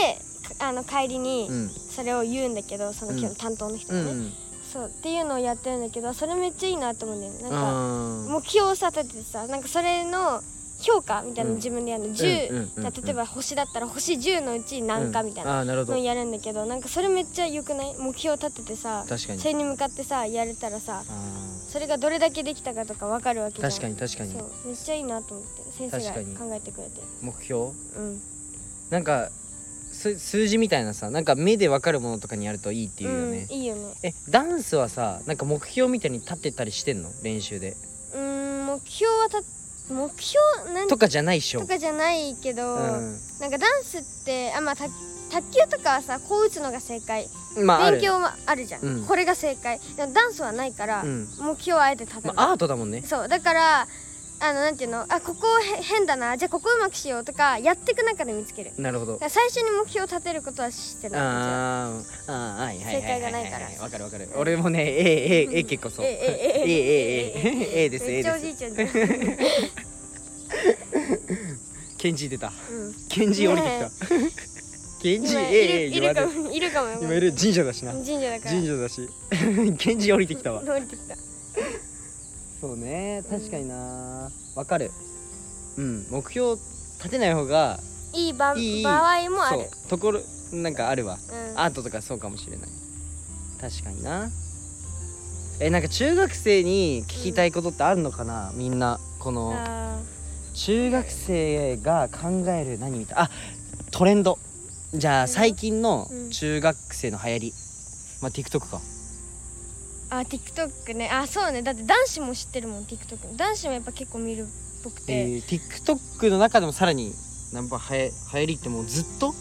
[SPEAKER 2] かあの帰りに
[SPEAKER 1] うん
[SPEAKER 2] それを言うんだけどその今日の担当の人
[SPEAKER 1] う
[SPEAKER 2] がね、
[SPEAKER 1] ん
[SPEAKER 2] そうっていうのをやってるんだけどそれめっちゃいいなと思うんだよねなんか
[SPEAKER 1] あ
[SPEAKER 2] 目標をさ立ててさなんかそれの評価みたいな
[SPEAKER 1] うん
[SPEAKER 2] の自分でやるの、
[SPEAKER 1] うんうんうんうん
[SPEAKER 2] 10例えば星だったら星10のうち何かみたいな
[SPEAKER 1] ああーなるほ
[SPEAKER 2] の
[SPEAKER 1] ど
[SPEAKER 2] やるんだけどなんかそれめっちゃ良くない目標立ててさ
[SPEAKER 1] 確かに
[SPEAKER 2] それに向かってさやれたらさ
[SPEAKER 1] あ
[SPEAKER 2] それがどれだけできたかとか分かるわけ
[SPEAKER 1] ー
[SPEAKER 2] じゃん
[SPEAKER 1] 確かに確かに
[SPEAKER 2] そうめっちゃいいなと思って先生
[SPEAKER 1] 確か
[SPEAKER 2] が考えてくれて
[SPEAKER 1] 目標
[SPEAKER 2] うん
[SPEAKER 1] なんかす数字みたいなさなんか目でわかるものとかにやるといいっていうよね、
[SPEAKER 2] うん、いいよね
[SPEAKER 1] えダンスはさなんか目標みたいに立てたりしてんの練習で
[SPEAKER 2] うん目標はた目標なん
[SPEAKER 1] とかじゃないっしょ
[SPEAKER 2] とかじゃないけど、
[SPEAKER 1] うん
[SPEAKER 2] なんかダンスってあまあた卓球とかはさこう打つのが正解
[SPEAKER 1] まあある
[SPEAKER 2] 勉強もあるじゃん、
[SPEAKER 1] うん
[SPEAKER 2] これが正解でもダンスはないから、
[SPEAKER 1] うん
[SPEAKER 2] 目標はあえて立て
[SPEAKER 1] ま
[SPEAKER 2] ない、
[SPEAKER 1] あアートだもんね
[SPEAKER 2] そうだからあのなんていうのあここへ変だなじゃあここうまくしようとかやっていく中で見つけるだ
[SPEAKER 1] なるほど
[SPEAKER 2] から最初に目標を立てることはしてないこっちは
[SPEAKER 1] あーあーはいはいはい
[SPEAKER 2] 正解がないから
[SPEAKER 1] ははわかるわかる俺もね A A A 結構そう
[SPEAKER 2] え
[SPEAKER 1] A
[SPEAKER 2] え
[SPEAKER 1] A
[SPEAKER 2] ええ
[SPEAKER 1] A A A です
[SPEAKER 2] め
[SPEAKER 1] A
[SPEAKER 2] っちゃおじ
[SPEAKER 1] で
[SPEAKER 2] い
[SPEAKER 1] す
[SPEAKER 2] ちゃんじゃん、うん、
[SPEAKER 1] ケンジ出たケンジ降りてき たケンジ
[SPEAKER 2] 今
[SPEAKER 1] A A
[SPEAKER 2] いるい
[SPEAKER 1] 言わ
[SPEAKER 2] るか
[SPEAKER 1] ず
[SPEAKER 2] もいるかもよ
[SPEAKER 1] 今いる神社だしな
[SPEAKER 2] 神社だから
[SPEAKER 1] 神社だし ケンジ降りてきたわ
[SPEAKER 2] 降りてきた
[SPEAKER 1] そうね確かになわかるうん目標立てない方が
[SPEAKER 2] いい場
[SPEAKER 1] いい
[SPEAKER 2] 場合もあ
[SPEAKER 1] そ
[SPEAKER 2] る
[SPEAKER 1] うところなんかあるわ
[SPEAKER 2] うん
[SPEAKER 1] アートとかそうかもしれない確かになえなんか中学生に聞きたいことってあるのかな、みんなこの
[SPEAKER 2] あ
[SPEAKER 1] 中学生が考える何みたいあトレンドじゃあ最近の
[SPEAKER 2] うん
[SPEAKER 1] 中学生の流行り、まあ TikTok か
[SPEAKER 2] ーあ TikTok ねあそうねだって男子も知ってるもん TikTok 男子もやっぱ結構見るっぽくて、
[SPEAKER 1] えー、TikTok の中でもさらに何番はや流行りってもうずっと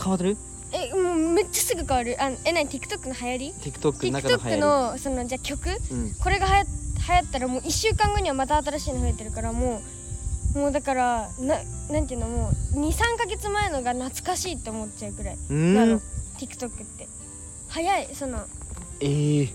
[SPEAKER 1] 変わってる
[SPEAKER 2] えもうめっちゃすぐ変わるあのえ何 TikTok の流行り
[SPEAKER 1] TikTok の中の流行り
[SPEAKER 2] TikTok のそのじゃあ曲
[SPEAKER 1] うん、
[SPEAKER 2] これがはや流行ったらもう1週間後にはまた新しいの増えてるからもうもうだからななんていうのもう23か月前のが懐かしいって思っちゃうくらいうな
[SPEAKER 1] ー
[SPEAKER 2] の
[SPEAKER 1] ん
[SPEAKER 2] TikTok って早いそのうん
[SPEAKER 1] えー、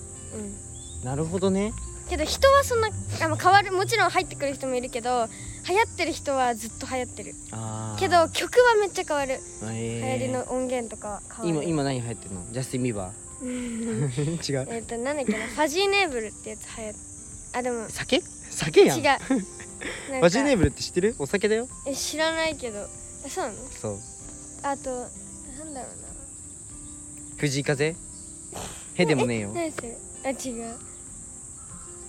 [SPEAKER 1] なるほどね
[SPEAKER 2] けど人はそんなあまあ変わるもちろん入ってくる人もいるけど流行ってる人はずっと流行ってる
[SPEAKER 1] あー
[SPEAKER 2] けど曲はめっちゃ変わる流行
[SPEAKER 1] え
[SPEAKER 2] り
[SPEAKER 1] ー
[SPEAKER 2] の音源とか変
[SPEAKER 1] 今
[SPEAKER 2] わる
[SPEAKER 1] 今何流行ってるのジャスティン・ビー バー違う
[SPEAKER 2] えっとなんだっけなファジーネーブルってやつ流行っあでも
[SPEAKER 1] 酒酒やん
[SPEAKER 2] 違うなんか
[SPEAKER 1] ファジーネーブルって知ってるお酒だよ
[SPEAKER 2] え知らないけどえそうなの
[SPEAKER 1] そう
[SPEAKER 2] あとなんだろ
[SPEAKER 1] 藤井風へでもねえ
[SPEAKER 2] う
[SPEAKER 1] よ
[SPEAKER 2] な何それあ違う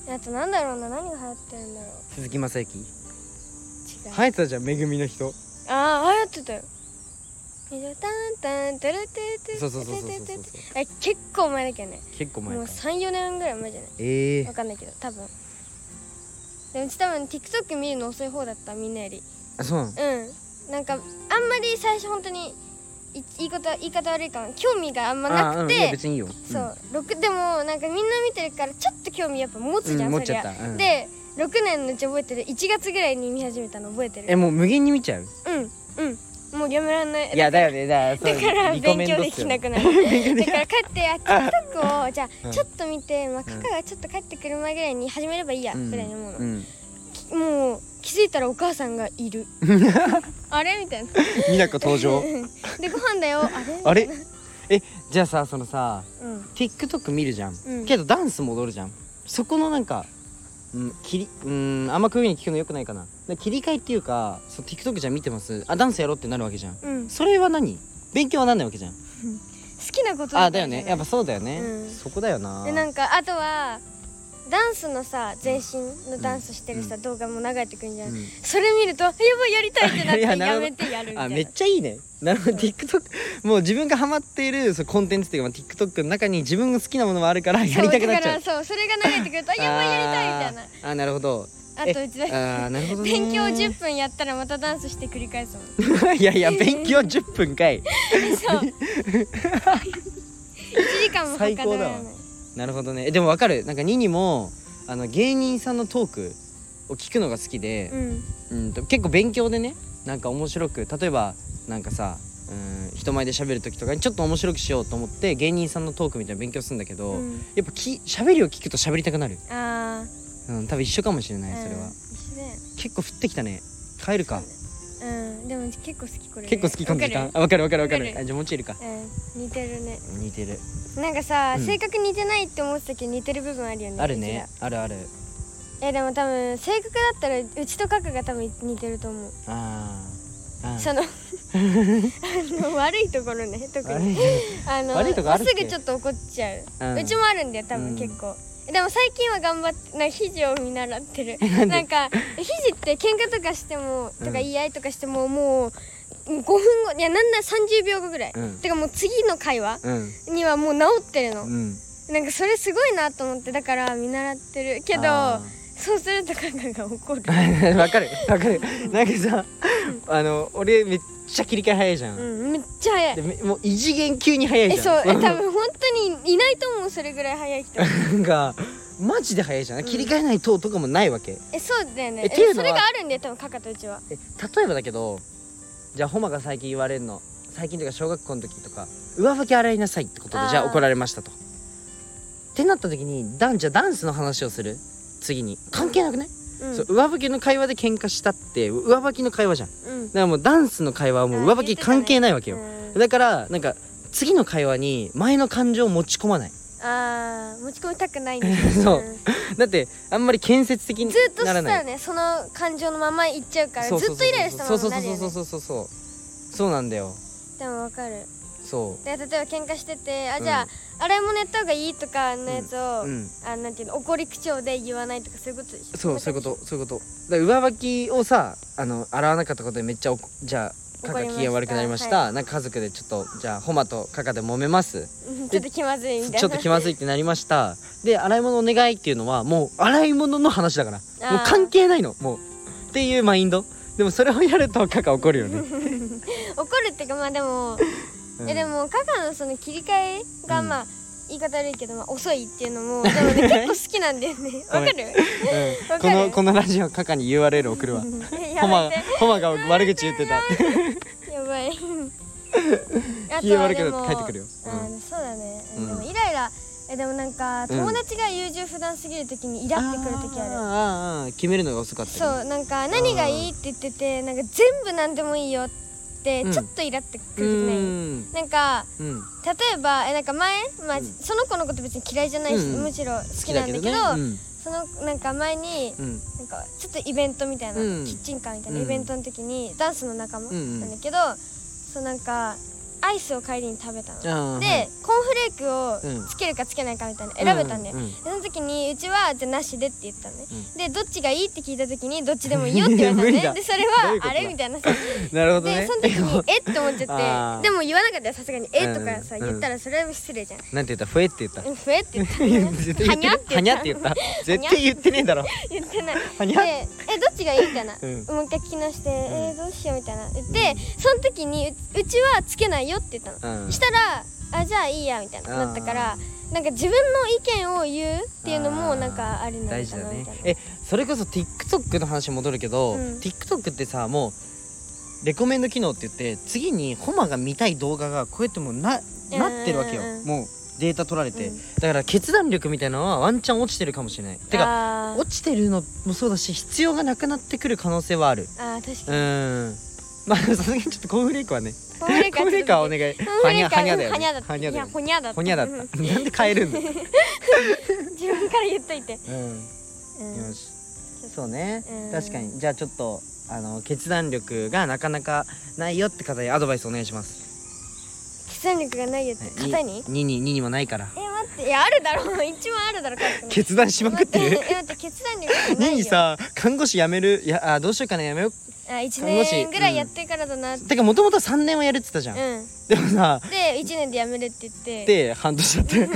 [SPEAKER 2] あとなんだろうな何が流行ってるんだろう
[SPEAKER 1] 鈴木雅之
[SPEAKER 2] 違う、
[SPEAKER 1] 流行ってたじゃん「めぐみの人
[SPEAKER 2] ああ流行ってたよみたたんたんたるて」て
[SPEAKER 1] そうそうそうそうそう
[SPEAKER 2] て
[SPEAKER 1] そ
[SPEAKER 2] て
[SPEAKER 1] う
[SPEAKER 2] てあ結構前だけどね
[SPEAKER 1] 結構前
[SPEAKER 2] もう
[SPEAKER 1] か
[SPEAKER 2] 34年ぐらい前じゃない
[SPEAKER 1] ええ
[SPEAKER 2] わかんないけど多分でもうち多分 TikTok 見るの遅い方だったみんなより
[SPEAKER 1] あそうなの
[SPEAKER 2] うんなんかあんまり最初本当にい言い方言い方悪いかも興味があんまな
[SPEAKER 1] あ
[SPEAKER 2] く
[SPEAKER 1] うんいや
[SPEAKER 2] て
[SPEAKER 1] 別にいいよん
[SPEAKER 2] そう、六でもなんかみんな見てるからちょっと興味やっぱ持つじゃん、
[SPEAKER 1] うん持
[SPEAKER 2] そ
[SPEAKER 1] っち
[SPEAKER 2] り
[SPEAKER 1] ゃっ
[SPEAKER 2] ゃ
[SPEAKER 1] たうん
[SPEAKER 2] で6年のうち覚えてる1月ぐらいに見始めたの覚えて
[SPEAKER 1] え
[SPEAKER 2] る
[SPEAKER 1] もう無限に見ちゃう
[SPEAKER 2] うんうんもうやめらんない
[SPEAKER 1] いやだよねだ
[SPEAKER 2] だ
[SPEAKER 1] そう
[SPEAKER 2] から
[SPEAKER 1] リ
[SPEAKER 2] 勉
[SPEAKER 1] コメン
[SPEAKER 2] 強
[SPEAKER 1] ド
[SPEAKER 2] で
[SPEAKER 1] っす
[SPEAKER 2] き
[SPEAKER 1] よ
[SPEAKER 2] なく なるだから帰ってあ TikTok をじゃ
[SPEAKER 1] う
[SPEAKER 2] あ
[SPEAKER 1] ん
[SPEAKER 2] ちょっと見て、まあ、
[SPEAKER 1] ん
[SPEAKER 2] カカがちょっと帰ってくる前ぐらいに始めればいいや
[SPEAKER 1] うん
[SPEAKER 2] ぐらいに思うの、
[SPEAKER 1] うん
[SPEAKER 2] きもう気づいたらお母さんが いるあれみたいな
[SPEAKER 1] 美奈子登場
[SPEAKER 2] でご飯だ よあれ
[SPEAKER 1] あれえじゃあさそのさ
[SPEAKER 2] うん、
[SPEAKER 1] TikTok 見るじゃん、
[SPEAKER 2] うん
[SPEAKER 1] けどダンスも踊るじゃんそこのなんか、うん、切りうんあんまこういうふうに聞くのよくないかなで切り替えっていうかそう TikTok じゃん見てますあダンスやろうってなるわけじゃん
[SPEAKER 2] うん、好
[SPEAKER 1] それは何勉強はなんないわけじゃん
[SPEAKER 2] きなこと
[SPEAKER 1] あだよ
[SPEAKER 2] からじゃな
[SPEAKER 1] ね
[SPEAKER 2] い
[SPEAKER 1] やっぱそうだよね、
[SPEAKER 2] うん
[SPEAKER 1] そこだよな
[SPEAKER 2] でなんかあとはダンスのさ全身のダンスしてるさ、動画も流れてくるんじゃん、
[SPEAKER 1] うん
[SPEAKER 2] それ見るとやばいやりたいってなって
[SPEAKER 1] いや
[SPEAKER 2] や
[SPEAKER 1] なるほど
[SPEAKER 2] めてやるみ た
[SPEAKER 1] あ
[SPEAKER 2] い
[SPEAKER 1] めっ
[SPEAKER 2] な
[SPEAKER 1] ちゃいいねなるほど TikTok もう自分がハマっているそうコンテンツっていうか、まあ、TikTok の中に自分が好きなものがあるからやりたくなっちゃう
[SPEAKER 2] そうだからそうそれが流れてくるとあやばいやりたいみたい
[SPEAKER 1] なあーなるほど
[SPEAKER 2] なあ とうちだ
[SPEAKER 1] あーなるほどね
[SPEAKER 2] 勉強10分やったらまたダンスして繰り返すも ん
[SPEAKER 1] いやいや勉強10分かい
[SPEAKER 2] そう 1時間もはかどらな
[SPEAKER 1] 最
[SPEAKER 2] い
[SPEAKER 1] 高だわなるほどねえでもわかるなんかニニもあの芸人さんのトークを聞くのが好きで
[SPEAKER 2] う、ん
[SPEAKER 1] うん、と結構勉強でねなんか面白く例えばなんかさうん人前で喋る時とかにちょっと面白くしようと思って芸人さんのトークみたいな勉強するんだけど、
[SPEAKER 2] うん
[SPEAKER 1] やっぱき喋りを聞くと喋りたくなる、
[SPEAKER 2] あ
[SPEAKER 1] うん、多分一緒かもしれ
[SPEAKER 2] あ
[SPEAKER 1] ないそれは、
[SPEAKER 2] うん、一緒だよね
[SPEAKER 1] 結構降ってきたね帰るか
[SPEAKER 2] うんでも結構好きこれ
[SPEAKER 1] 結構好き感じた
[SPEAKER 2] わか
[SPEAKER 1] あわかるわかるわか
[SPEAKER 2] わか
[SPEAKER 1] る
[SPEAKER 2] る
[SPEAKER 1] あじゃあもうちょいいるか
[SPEAKER 2] るうん似てるね
[SPEAKER 1] 似てる
[SPEAKER 2] なんかさ、
[SPEAKER 1] うん
[SPEAKER 2] 性格似てないって思ってたけど似てる部分あるよね
[SPEAKER 1] あるねあるある
[SPEAKER 2] うちらえでも多分性格だったらうちとカカが多分似てると思う、
[SPEAKER 1] あーあー
[SPEAKER 2] そのあの悪いところね特
[SPEAKER 1] 悪い
[SPEAKER 2] にあの
[SPEAKER 1] 悪いとこあるっ
[SPEAKER 2] も
[SPEAKER 1] け
[SPEAKER 2] うすぐちょっと怒っちゃう、う
[SPEAKER 1] うん
[SPEAKER 2] ちもあるんだよ多
[SPEAKER 1] うん
[SPEAKER 2] 分結構、でも最近は頑張ってなんか肘を見習ってる
[SPEAKER 1] なんで
[SPEAKER 2] なんか肘って喧嘩とかしてもと
[SPEAKER 1] うん
[SPEAKER 2] か言い合いとかしてももう5分後いやなんなら30秒後ぐらい、
[SPEAKER 1] うん
[SPEAKER 2] てかもう次の会話
[SPEAKER 1] うん
[SPEAKER 2] にはもう治ってるの、
[SPEAKER 1] うん
[SPEAKER 2] なんかそれすごいなと思ってだから見習ってるけど
[SPEAKER 1] あ
[SPEAKER 2] そうするとカカが怒る
[SPEAKER 1] わかるわかるなんかさあの俺めっちゃ切り替え早いじゃん、
[SPEAKER 2] うんめっちゃ早
[SPEAKER 1] で
[SPEAKER 2] い
[SPEAKER 1] めもう異次元級に早い
[SPEAKER 2] え
[SPEAKER 1] じ
[SPEAKER 2] そう
[SPEAKER 1] ゃ
[SPEAKER 2] え
[SPEAKER 1] ん
[SPEAKER 2] 多分本当にいないと思うそれぐらい早い人
[SPEAKER 1] なんかマジで早いじゃん切り替えないととかもないわけ、
[SPEAKER 2] えそうだよね
[SPEAKER 1] え
[SPEAKER 2] え
[SPEAKER 1] っていうの
[SPEAKER 2] そ
[SPEAKER 1] は
[SPEAKER 2] れがあるんだよ多分カカとうちは
[SPEAKER 1] え例えばだけどじゃあホマが最近言われるの最近というか小学校の時とか上履き洗いなさいってこと
[SPEAKER 2] あ
[SPEAKER 1] で
[SPEAKER 2] ー
[SPEAKER 1] じゃあ怒られましたと。ってなった時にダンじゃあダンスの話をする次に関係なくない、
[SPEAKER 2] うん
[SPEAKER 1] そう上履きの会話で喧嘩したって上履きの会話じゃんだか
[SPEAKER 2] うん
[SPEAKER 1] らもうダンスの会話はもう上履き関係ないわけよ、
[SPEAKER 2] うん
[SPEAKER 1] だからなんか次の会話に前の感情を持ち込まない
[SPEAKER 2] あー持ち込みたくないんだよ
[SPEAKER 1] そうんだってあんまり建設的に
[SPEAKER 2] ずっと
[SPEAKER 1] なら
[SPEAKER 2] し
[SPEAKER 1] ない
[SPEAKER 2] たらねその感情のままいっちゃうからず
[SPEAKER 1] そうそうそう
[SPEAKER 2] っとイライラしたままになる
[SPEAKER 1] そ
[SPEAKER 2] よ
[SPEAKER 1] う
[SPEAKER 2] ね
[SPEAKER 1] そうそうそうそうそうそうなんだよ
[SPEAKER 2] でもわかる
[SPEAKER 1] そ
[SPEAKER 2] で例えば喧嘩しててあ
[SPEAKER 1] うん
[SPEAKER 2] じゃあ洗い物やった方がいいとかのやつを、
[SPEAKER 1] ううん
[SPEAKER 2] あなんていうの怒り口調で言わないとかそういうことでしょ
[SPEAKER 1] そうそういう
[SPEAKER 2] と
[SPEAKER 1] ことそういうことだから上履きをさあの洗わなかったことでめっちゃおこじゃあカ
[SPEAKER 2] 怒
[SPEAKER 1] カ
[SPEAKER 2] りました
[SPEAKER 1] 機嫌悪くなりました、なんか家族でちょっとじゃあホマとカカで揉めます
[SPEAKER 2] ちょっと気まずいみたいな
[SPEAKER 1] ちょっと気まずいってなりましたで洗い物お願いっていうのはもう洗い物の話だからもう関係ないのもうっていうマインドでもそれをやるとカカ怒るよね、
[SPEAKER 2] 怒るっていうかまあで
[SPEAKER 1] う
[SPEAKER 2] も、
[SPEAKER 1] ん
[SPEAKER 2] えでもカカのその切り替えが
[SPEAKER 1] うん
[SPEAKER 2] まあ、言い方悪いけど、まあ、遅いっていうの もでもね結構好きなんだよねわか
[SPEAKER 1] う
[SPEAKER 2] る
[SPEAKER 1] ん
[SPEAKER 2] わか
[SPEAKER 1] こ
[SPEAKER 2] る
[SPEAKER 1] のこのラジオカカに URL 送るわ
[SPEAKER 2] や
[SPEAKER 1] ホ
[SPEAKER 2] ば
[SPEAKER 1] マ
[SPEAKER 2] いね
[SPEAKER 1] ホマが悪口言ってたって
[SPEAKER 2] や ばいあ
[SPEAKER 1] 気悪くなって帰ってくるよ
[SPEAKER 2] あーそうだね、
[SPEAKER 1] うん
[SPEAKER 2] でもイライラえでもなんか
[SPEAKER 1] うん
[SPEAKER 2] 友達が優柔不断すぎる時にイラってくる時ある、
[SPEAKER 1] あーあーあー決めるのが遅かったり
[SPEAKER 2] そうなんか何がいいって言っててなんか全部何でもいいよって
[SPEAKER 1] うん
[SPEAKER 2] ちょっとイラってく
[SPEAKER 1] う
[SPEAKER 2] る時ない、
[SPEAKER 1] ん
[SPEAKER 2] なんか
[SPEAKER 1] うん
[SPEAKER 2] 例えばえなんか前、まあ
[SPEAKER 1] うん
[SPEAKER 2] その子のこと別に嫌いじゃないし、
[SPEAKER 1] うんうん
[SPEAKER 2] むしろ好きなんだけど
[SPEAKER 1] うん
[SPEAKER 2] そのなんか前に
[SPEAKER 1] うん
[SPEAKER 2] なんかちょっとイベントみたいな、
[SPEAKER 1] うん
[SPEAKER 2] キッチンカーみたいな
[SPEAKER 1] うん
[SPEAKER 2] イベントの時に、ダンスの仲間
[SPEAKER 1] うんうん
[SPEAKER 2] なんだけど、そうなんかアイスを帰りに食べたの。で、
[SPEAKER 1] あー
[SPEAKER 2] コーンフレーク
[SPEAKER 1] う
[SPEAKER 2] を
[SPEAKER 1] ん
[SPEAKER 2] つけるかつけないかみたいな
[SPEAKER 1] はい
[SPEAKER 2] 選べたんだよ。
[SPEAKER 1] うう
[SPEAKER 2] でその時にうちはじゃあなしでって言ったのね、
[SPEAKER 1] うん
[SPEAKER 2] でどっちがいいって聞いた時にどっちでもいいよって言われ
[SPEAKER 1] 無
[SPEAKER 2] た
[SPEAKER 1] 理だ
[SPEAKER 2] のね でそれ
[SPEAKER 1] どう
[SPEAKER 2] は
[SPEAKER 1] いうこと
[SPEAKER 2] あ
[SPEAKER 1] だ
[SPEAKER 2] れみたいなさ
[SPEAKER 1] なるほど
[SPEAKER 2] で
[SPEAKER 1] ね
[SPEAKER 2] その時にえって思っ
[SPEAKER 1] あ
[SPEAKER 2] ちゃっ
[SPEAKER 1] ー
[SPEAKER 2] てでも言わなかったらさすがにえとかさ
[SPEAKER 1] うんうん
[SPEAKER 2] 言ったらそれは失礼じゃん
[SPEAKER 1] なんて言ったふえって言った
[SPEAKER 2] うん増えって言ったの ね
[SPEAKER 1] 絶対
[SPEAKER 2] は
[SPEAKER 1] 言
[SPEAKER 2] にゃって言った
[SPEAKER 1] はにゃって言った絶対言ってねえだろ
[SPEAKER 2] 言ってない
[SPEAKER 1] は
[SPEAKER 2] で
[SPEAKER 1] にゃ
[SPEAKER 2] えどっちがいいみたいな、
[SPEAKER 1] うん
[SPEAKER 2] もう一回聞き直して、えーどうしようみたいな言って、その時にううちはつけないよって言ったの、
[SPEAKER 1] うん
[SPEAKER 2] したらあじゃあいいやみたいななったからなんか自分の意見を言うっていうのも
[SPEAKER 1] あー
[SPEAKER 2] なんかありなの
[SPEAKER 1] 大
[SPEAKER 2] か
[SPEAKER 1] 事
[SPEAKER 2] な
[SPEAKER 1] だ
[SPEAKER 2] み
[SPEAKER 1] ね
[SPEAKER 2] たいな、
[SPEAKER 1] えそれこそ TikTok の話に戻るけど、
[SPEAKER 2] うん
[SPEAKER 1] TikTok ってさもうレコメンド機能って言って次にホマが見たい動画がこうやってもうななってるわけよ
[SPEAKER 2] うんうんうん
[SPEAKER 1] もうデータ取られて、
[SPEAKER 2] うん
[SPEAKER 1] だから決断力みたいなのはワンチャン落ちてるかもしれないてか
[SPEAKER 2] か
[SPEAKER 1] 落ちてるのもそうだし必要がなくなってくる可能性はある
[SPEAKER 2] あー確
[SPEAKER 1] う
[SPEAKER 2] かに
[SPEAKER 1] ーんまあさすがにちょっとコーンフレークはね
[SPEAKER 2] コーンフレーク
[SPEAKER 1] コーンフレークはお
[SPEAKER 2] ね
[SPEAKER 1] 願い
[SPEAKER 2] ホ
[SPEAKER 1] はに
[SPEAKER 2] ニ
[SPEAKER 1] ゃ
[SPEAKER 2] ャ
[SPEAKER 1] は
[SPEAKER 2] は
[SPEAKER 1] に
[SPEAKER 2] に
[SPEAKER 1] ゃ
[SPEAKER 2] ゃ
[SPEAKER 1] だよね
[SPEAKER 2] だった
[SPEAKER 1] はにゃ
[SPEAKER 2] い
[SPEAKER 1] だよ
[SPEAKER 2] や
[SPEAKER 1] ね
[SPEAKER 2] ほにゃだった
[SPEAKER 1] ほにゃだっ
[SPEAKER 2] うん
[SPEAKER 1] たなんで変えるんだ よ
[SPEAKER 2] 自分から言っといて、
[SPEAKER 1] うん
[SPEAKER 2] うん
[SPEAKER 1] よしそうね
[SPEAKER 2] うん
[SPEAKER 1] 確かにじゃあちょっとあの決断力がなかなかないよって方にアドバイスお願いします
[SPEAKER 2] 決断力がないよって肩に
[SPEAKER 1] 2に2にもないから
[SPEAKER 2] え待っていやあるだろう一番あるだろカットの
[SPEAKER 1] 決断しまくってる
[SPEAKER 2] 待え待って決断力がない
[SPEAKER 1] 2
[SPEAKER 2] よ
[SPEAKER 1] にさ看護師辞めるいやあどうしようかな辞めよう
[SPEAKER 2] あ一
[SPEAKER 1] 看護師
[SPEAKER 2] 年ぐらいやってからだなって
[SPEAKER 1] てかもともと3年はやるって言ったじゃ、
[SPEAKER 2] うんん
[SPEAKER 1] でもさ
[SPEAKER 2] で一年で辞めるって言って
[SPEAKER 1] で半年だって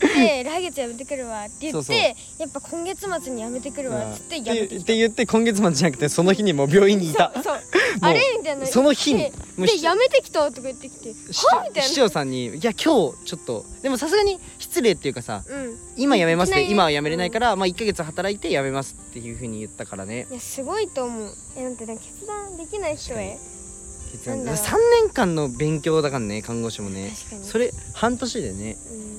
[SPEAKER 2] で来月辞めてくるわって言って
[SPEAKER 1] そうそう
[SPEAKER 2] やっぱ今月末に辞めてくるわっ つって辞めて
[SPEAKER 1] っ
[SPEAKER 2] き
[SPEAKER 1] て言って今月末じゃなくてその日にもう病院にいた
[SPEAKER 2] たそうそう
[SPEAKER 1] もう
[SPEAKER 2] あれみたいな
[SPEAKER 1] その日に
[SPEAKER 2] で
[SPEAKER 1] もう
[SPEAKER 2] で
[SPEAKER 1] し
[SPEAKER 2] 辞めてきたとか言ってきて
[SPEAKER 1] し
[SPEAKER 2] はみた
[SPEAKER 1] 市
[SPEAKER 2] いな
[SPEAKER 1] 長さんに「いや今日ちょっとでもさすがに失礼っていうかさ
[SPEAKER 2] うん
[SPEAKER 1] 今辞めますっ
[SPEAKER 2] いきな
[SPEAKER 1] て
[SPEAKER 2] り
[SPEAKER 1] 今は辞めれないから、まあ1ヶ月働いて辞めますっていうふうに言ったからね
[SPEAKER 2] いやすごいと思うえなんてね決断できない人へ
[SPEAKER 1] 決
[SPEAKER 2] な
[SPEAKER 1] 断
[SPEAKER 2] んだろう
[SPEAKER 1] 3年間の勉強だからね看護師もね
[SPEAKER 2] 確かに
[SPEAKER 1] それ半年でね
[SPEAKER 2] うん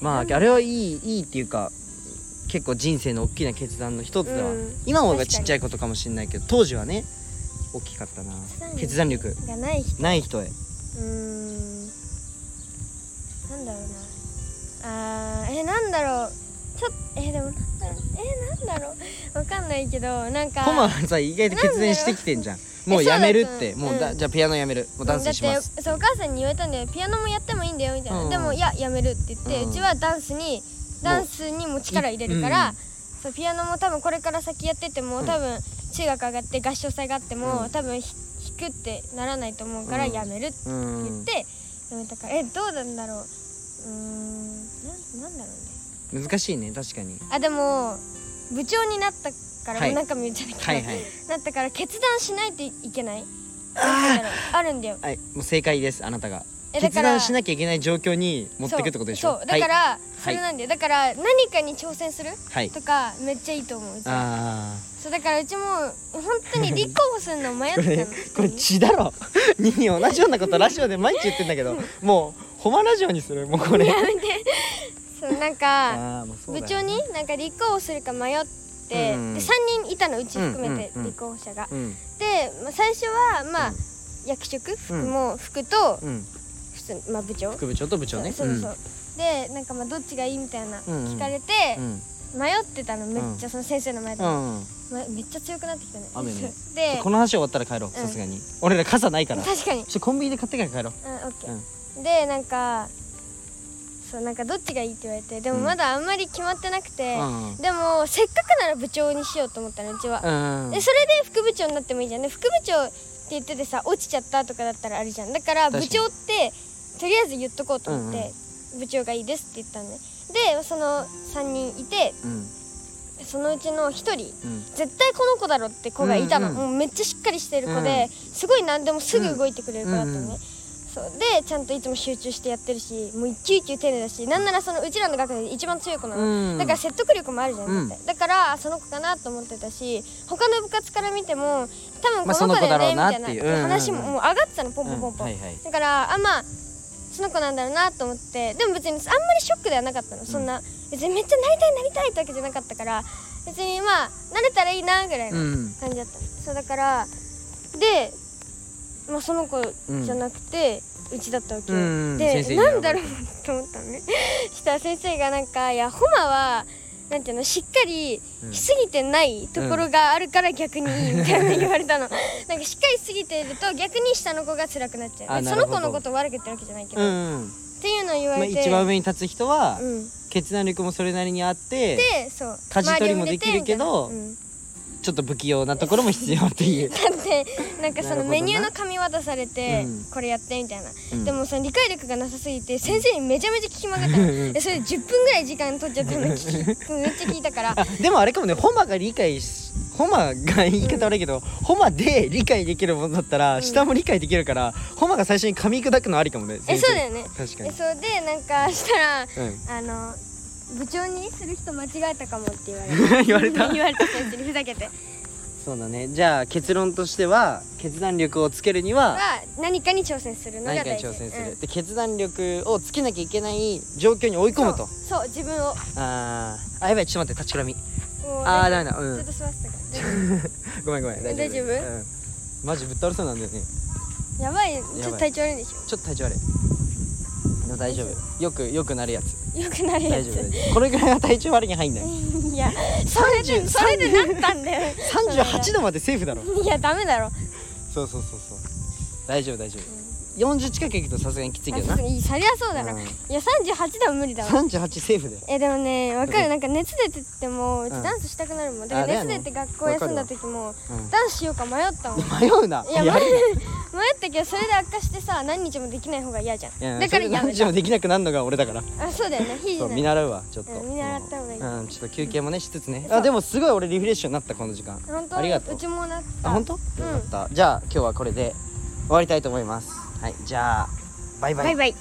[SPEAKER 1] まああれはいいいいっていうか結構人生の大きな決断の一つでは、
[SPEAKER 2] うん
[SPEAKER 1] 今もがちっちゃいことかもしれないけど当時はね大きかったな決断力
[SPEAKER 2] がない人
[SPEAKER 1] ない人へ
[SPEAKER 2] うーんなんだろうなあーえなんだろうちょっとえでもなんだろうえなんだろうわかんないけどなんか
[SPEAKER 1] コマはさ意外と決断してきてんじゃんもうやめるって
[SPEAKER 2] そうだと思う
[SPEAKER 1] もうだ、
[SPEAKER 2] うん
[SPEAKER 1] じゃあピアノやめるもうダンスします
[SPEAKER 2] だってそうお母さんに言われたんでピアノもやってもいいんだよみたいな、
[SPEAKER 1] うん
[SPEAKER 2] でもいややめるって言って、う
[SPEAKER 1] うん
[SPEAKER 2] ちはダンスにダンスにも力入れるから、
[SPEAKER 1] うん
[SPEAKER 2] そうピアノも多分これから先やってても、
[SPEAKER 1] うん
[SPEAKER 2] 多分中学上がって合唱祭があっても、
[SPEAKER 1] うん
[SPEAKER 2] 多分ひ弾くってならないと思うから
[SPEAKER 1] うん
[SPEAKER 2] やめるって
[SPEAKER 1] う
[SPEAKER 2] 言っ
[SPEAKER 1] ん
[SPEAKER 2] て、やめたからえどうなんだろううーんなんなんだろうね
[SPEAKER 1] 難しいね確かに
[SPEAKER 2] あでも部長になったから、
[SPEAKER 1] はい
[SPEAKER 2] なんか見えちゃったけど、
[SPEAKER 1] はいはい
[SPEAKER 2] なったから決断しないといけないなんていうのあるんだよ
[SPEAKER 1] はいもう正解ですあなたが
[SPEAKER 2] えだ
[SPEAKER 1] 決
[SPEAKER 2] から
[SPEAKER 1] 断しなきゃいけない状況に持ってくってことでしょ
[SPEAKER 2] そうそうだから、
[SPEAKER 1] はい、
[SPEAKER 2] それなんだよだから何かに挑戦する
[SPEAKER 1] はい
[SPEAKER 2] とかめっちゃいいと思ううち
[SPEAKER 1] ああ
[SPEAKER 2] そうだからうちも本当に立候補するの迷っ
[SPEAKER 1] こ
[SPEAKER 2] てたの
[SPEAKER 1] れこれ血だろ ニーニー同じようなことラジオで毎日言ってんだ けどもうホマラジオにするもうこれ
[SPEAKER 2] そうなんか
[SPEAKER 1] あーもうそうだ
[SPEAKER 2] 部
[SPEAKER 1] よ
[SPEAKER 2] 長になんか立候補するか迷って、
[SPEAKER 1] うん
[SPEAKER 2] で3人いたのうち含めて
[SPEAKER 1] うんうんうん
[SPEAKER 2] 立候補者が、
[SPEAKER 1] うん
[SPEAKER 2] で、まあ、最初はまあ、
[SPEAKER 1] うん
[SPEAKER 2] 役職服
[SPEAKER 1] うん
[SPEAKER 2] も服と
[SPEAKER 1] うん
[SPEAKER 2] 普通、まあ、部長
[SPEAKER 1] 副部長と部長ね
[SPEAKER 2] そうそうそう、でなんかまあどっちがいいみたいな
[SPEAKER 1] うんうん
[SPEAKER 2] 聞かれて、
[SPEAKER 1] うん
[SPEAKER 2] 迷ってたのめっちゃその先生の前で、
[SPEAKER 1] うんうん
[SPEAKER 2] まめっちゃ強くなってきたね
[SPEAKER 1] 雨ね
[SPEAKER 2] で
[SPEAKER 1] この話終わったら帰ろうさすがに俺ら傘ないからちょ
[SPEAKER 2] 確かに
[SPEAKER 1] っとコンビニで買ってから帰ろう
[SPEAKER 2] うんオッケーでなんかそうなんかどっちがいいって言われてでも
[SPEAKER 1] うん
[SPEAKER 2] まだあんまり決まってなくて、
[SPEAKER 1] うん
[SPEAKER 2] でもせっかくなら部長にしようと思ったのうちは、
[SPEAKER 1] うん
[SPEAKER 2] でそれで副部長になってもいいじゃんで副部長って言っててさ落ちちゃったとかだったらあるじゃんだから
[SPEAKER 1] 確か
[SPEAKER 2] 部
[SPEAKER 1] に
[SPEAKER 2] 長ってとりあえず言っとこうと思って、
[SPEAKER 1] うん
[SPEAKER 2] 部長がいいですって言ったんででその3人いて
[SPEAKER 1] うん
[SPEAKER 2] そのうちの1人
[SPEAKER 1] うん
[SPEAKER 2] 絶対この子だろって子がいたの、
[SPEAKER 1] うんうん
[SPEAKER 2] もうめっちゃしっかりしてる子
[SPEAKER 1] う
[SPEAKER 2] で、
[SPEAKER 1] ん
[SPEAKER 2] すごい何でもすぐ動いてくれる子だったのね、
[SPEAKER 1] うんうん
[SPEAKER 2] そうでちゃんといつも集中してやってるしもう一球一球丁寧だしなんならそのうちらの学年で一番強い子なの、
[SPEAKER 1] うん
[SPEAKER 2] だから説得力もあるじゃん、
[SPEAKER 1] うん
[SPEAKER 2] だってだからその子かなと思ってたし他の部活から見ても多分
[SPEAKER 1] まあ
[SPEAKER 2] この子だよ
[SPEAKER 1] その子だ
[SPEAKER 2] ねみ
[SPEAKER 1] ろうな
[SPEAKER 2] たい
[SPEAKER 1] っ
[SPEAKER 2] な
[SPEAKER 1] ていううんうんうん
[SPEAKER 2] 話ももう上がってたのポンポンポンポン、
[SPEAKER 1] うんはいはい
[SPEAKER 2] だからあまあその子なんだろうなと思ってでも別にあんまりショックではなかったのそんな別にめっちゃなりたいなりたいってわけじゃなかったから別にまあ慣れたらいいなぐらいの
[SPEAKER 1] うん
[SPEAKER 2] 感じだったの、そうだからで、まあ、その子じゃなくて、うちだったわけよ、
[SPEAKER 1] うん
[SPEAKER 2] で
[SPEAKER 1] 先生に
[SPEAKER 2] なんだろうと思ったのね したら先生がなんか「いやホマはなんていうのしっかり
[SPEAKER 1] うん
[SPEAKER 2] しすぎてないところがあるから逆にいい」みたいな言われたの なんかしっかりしすぎてると逆に下の子が辛くなっちゃ
[SPEAKER 1] あ
[SPEAKER 2] う
[SPEAKER 1] な
[SPEAKER 2] そ
[SPEAKER 1] る
[SPEAKER 2] の
[SPEAKER 1] ほど
[SPEAKER 2] 子のことを悪く言ってるわけじゃないけど、
[SPEAKER 1] う
[SPEAKER 2] っ
[SPEAKER 1] んうん
[SPEAKER 2] ていうのを言わ
[SPEAKER 1] まあ
[SPEAKER 2] れて、
[SPEAKER 1] 一番上に立つ人は
[SPEAKER 2] うん、
[SPEAKER 1] 決断力もそれなりにあって
[SPEAKER 2] でそう
[SPEAKER 1] 舵取りも
[SPEAKER 2] 周を見れて
[SPEAKER 1] できるけど
[SPEAKER 2] みたいなうん
[SPEAKER 1] ちょっと不器用なところも必要っていう
[SPEAKER 2] だってなんかそ
[SPEAKER 1] なるほど
[SPEAKER 2] の
[SPEAKER 1] な
[SPEAKER 2] メニューの紙渡されて
[SPEAKER 1] うん
[SPEAKER 2] これやってみたいな、
[SPEAKER 1] うん
[SPEAKER 2] でもその理解力がなさすぎて先生にめちゃめちゃ聞きまくったのでそれで10分ぐらい時間取っちゃったの 聞きめっちゃ聞いたから
[SPEAKER 1] あでもあれかもねホマが理解しホマが言い方悪いけど、ホマで理解できるものだったら、下も理解できるからホマが最初に噛み砕くのありかもね先
[SPEAKER 2] え
[SPEAKER 1] 生
[SPEAKER 2] そうだよね
[SPEAKER 1] 確か
[SPEAKER 2] え
[SPEAKER 1] に
[SPEAKER 2] そうでなんかしたら、
[SPEAKER 1] ん
[SPEAKER 2] あの部長にする人間違えたかもって言われ
[SPEAKER 1] 言われた
[SPEAKER 2] 言われた先生にふざけて
[SPEAKER 1] そうだねじゃあ結論としては決断力をつけるには
[SPEAKER 2] は何かに挑戦するのが
[SPEAKER 1] 何
[SPEAKER 2] 大
[SPEAKER 1] か
[SPEAKER 2] 事
[SPEAKER 1] に挑戦する、
[SPEAKER 2] うん
[SPEAKER 1] で決断力をつけなきゃいけない状況に追い込むと
[SPEAKER 2] そうそう自分を
[SPEAKER 1] あーあやばいちょっと待って立ちくらみ
[SPEAKER 2] もう
[SPEAKER 1] あー
[SPEAKER 2] なん
[SPEAKER 1] ダ
[SPEAKER 2] か
[SPEAKER 1] メだう
[SPEAKER 2] ちょっ
[SPEAKER 1] ん
[SPEAKER 2] としましたから
[SPEAKER 1] ごめんごめん大丈夫
[SPEAKER 2] 大丈夫
[SPEAKER 1] うん、マジぶっ倒れそうなんだよね
[SPEAKER 2] やばい ちょっと体調悪いんでし
[SPEAKER 1] ちょっと体調悪いでも大丈夫よくよくなるやつ
[SPEAKER 2] ょよくなるや
[SPEAKER 1] 大丈
[SPEAKER 2] つ
[SPEAKER 1] 夫大丈夫これぐらいは体調悪いに入んない
[SPEAKER 2] いやそれで
[SPEAKER 1] 30
[SPEAKER 2] それでなったんだよ
[SPEAKER 1] 38度までセーフだろ
[SPEAKER 2] いやダメだろ
[SPEAKER 1] そうそうそうそう大丈夫大丈夫、40近く行くとさすがにきついけどない
[SPEAKER 2] やそりゃそうだろ、
[SPEAKER 1] うん
[SPEAKER 2] いや38では無理だわ
[SPEAKER 1] 38セーフだよ
[SPEAKER 2] えでもねわか
[SPEAKER 1] う
[SPEAKER 2] る
[SPEAKER 1] ん
[SPEAKER 2] なんか熱出ててもうち
[SPEAKER 1] うん
[SPEAKER 2] ダンスしたくなるもんだから
[SPEAKER 1] あだよ
[SPEAKER 2] 熱
[SPEAKER 1] ね
[SPEAKER 2] 出て学校休んだ時も
[SPEAKER 1] うん
[SPEAKER 2] ダンスしようか迷った もん迷
[SPEAKER 1] 迷うない
[SPEAKER 2] や
[SPEAKER 1] やる
[SPEAKER 2] ったけどそれで悪化してさ何日もできない方が嫌じゃ
[SPEAKER 1] いや
[SPEAKER 2] んだから
[SPEAKER 1] それ
[SPEAKER 2] やめ
[SPEAKER 1] で何時
[SPEAKER 2] た
[SPEAKER 1] もできなくなるのが俺だから
[SPEAKER 2] あそうだよねひじ
[SPEAKER 1] そう
[SPEAKER 2] な
[SPEAKER 1] 見
[SPEAKER 2] い
[SPEAKER 1] 習うわちょっと、
[SPEAKER 2] うん見習った方がいい
[SPEAKER 1] うんちょっと休憩もねしつつね
[SPEAKER 2] そう
[SPEAKER 1] あでもすごい俺リフレッシュになったこの時間
[SPEAKER 2] 本
[SPEAKER 1] あ
[SPEAKER 2] 当
[SPEAKER 1] り
[SPEAKER 2] に
[SPEAKER 1] がと
[SPEAKER 2] う
[SPEAKER 1] う
[SPEAKER 2] ちもなった
[SPEAKER 1] あ本当、よ
[SPEAKER 2] うん
[SPEAKER 1] かったじゃあ今日はこれで終わりたいと思いますはいじゃあバイバイ
[SPEAKER 2] バイバイ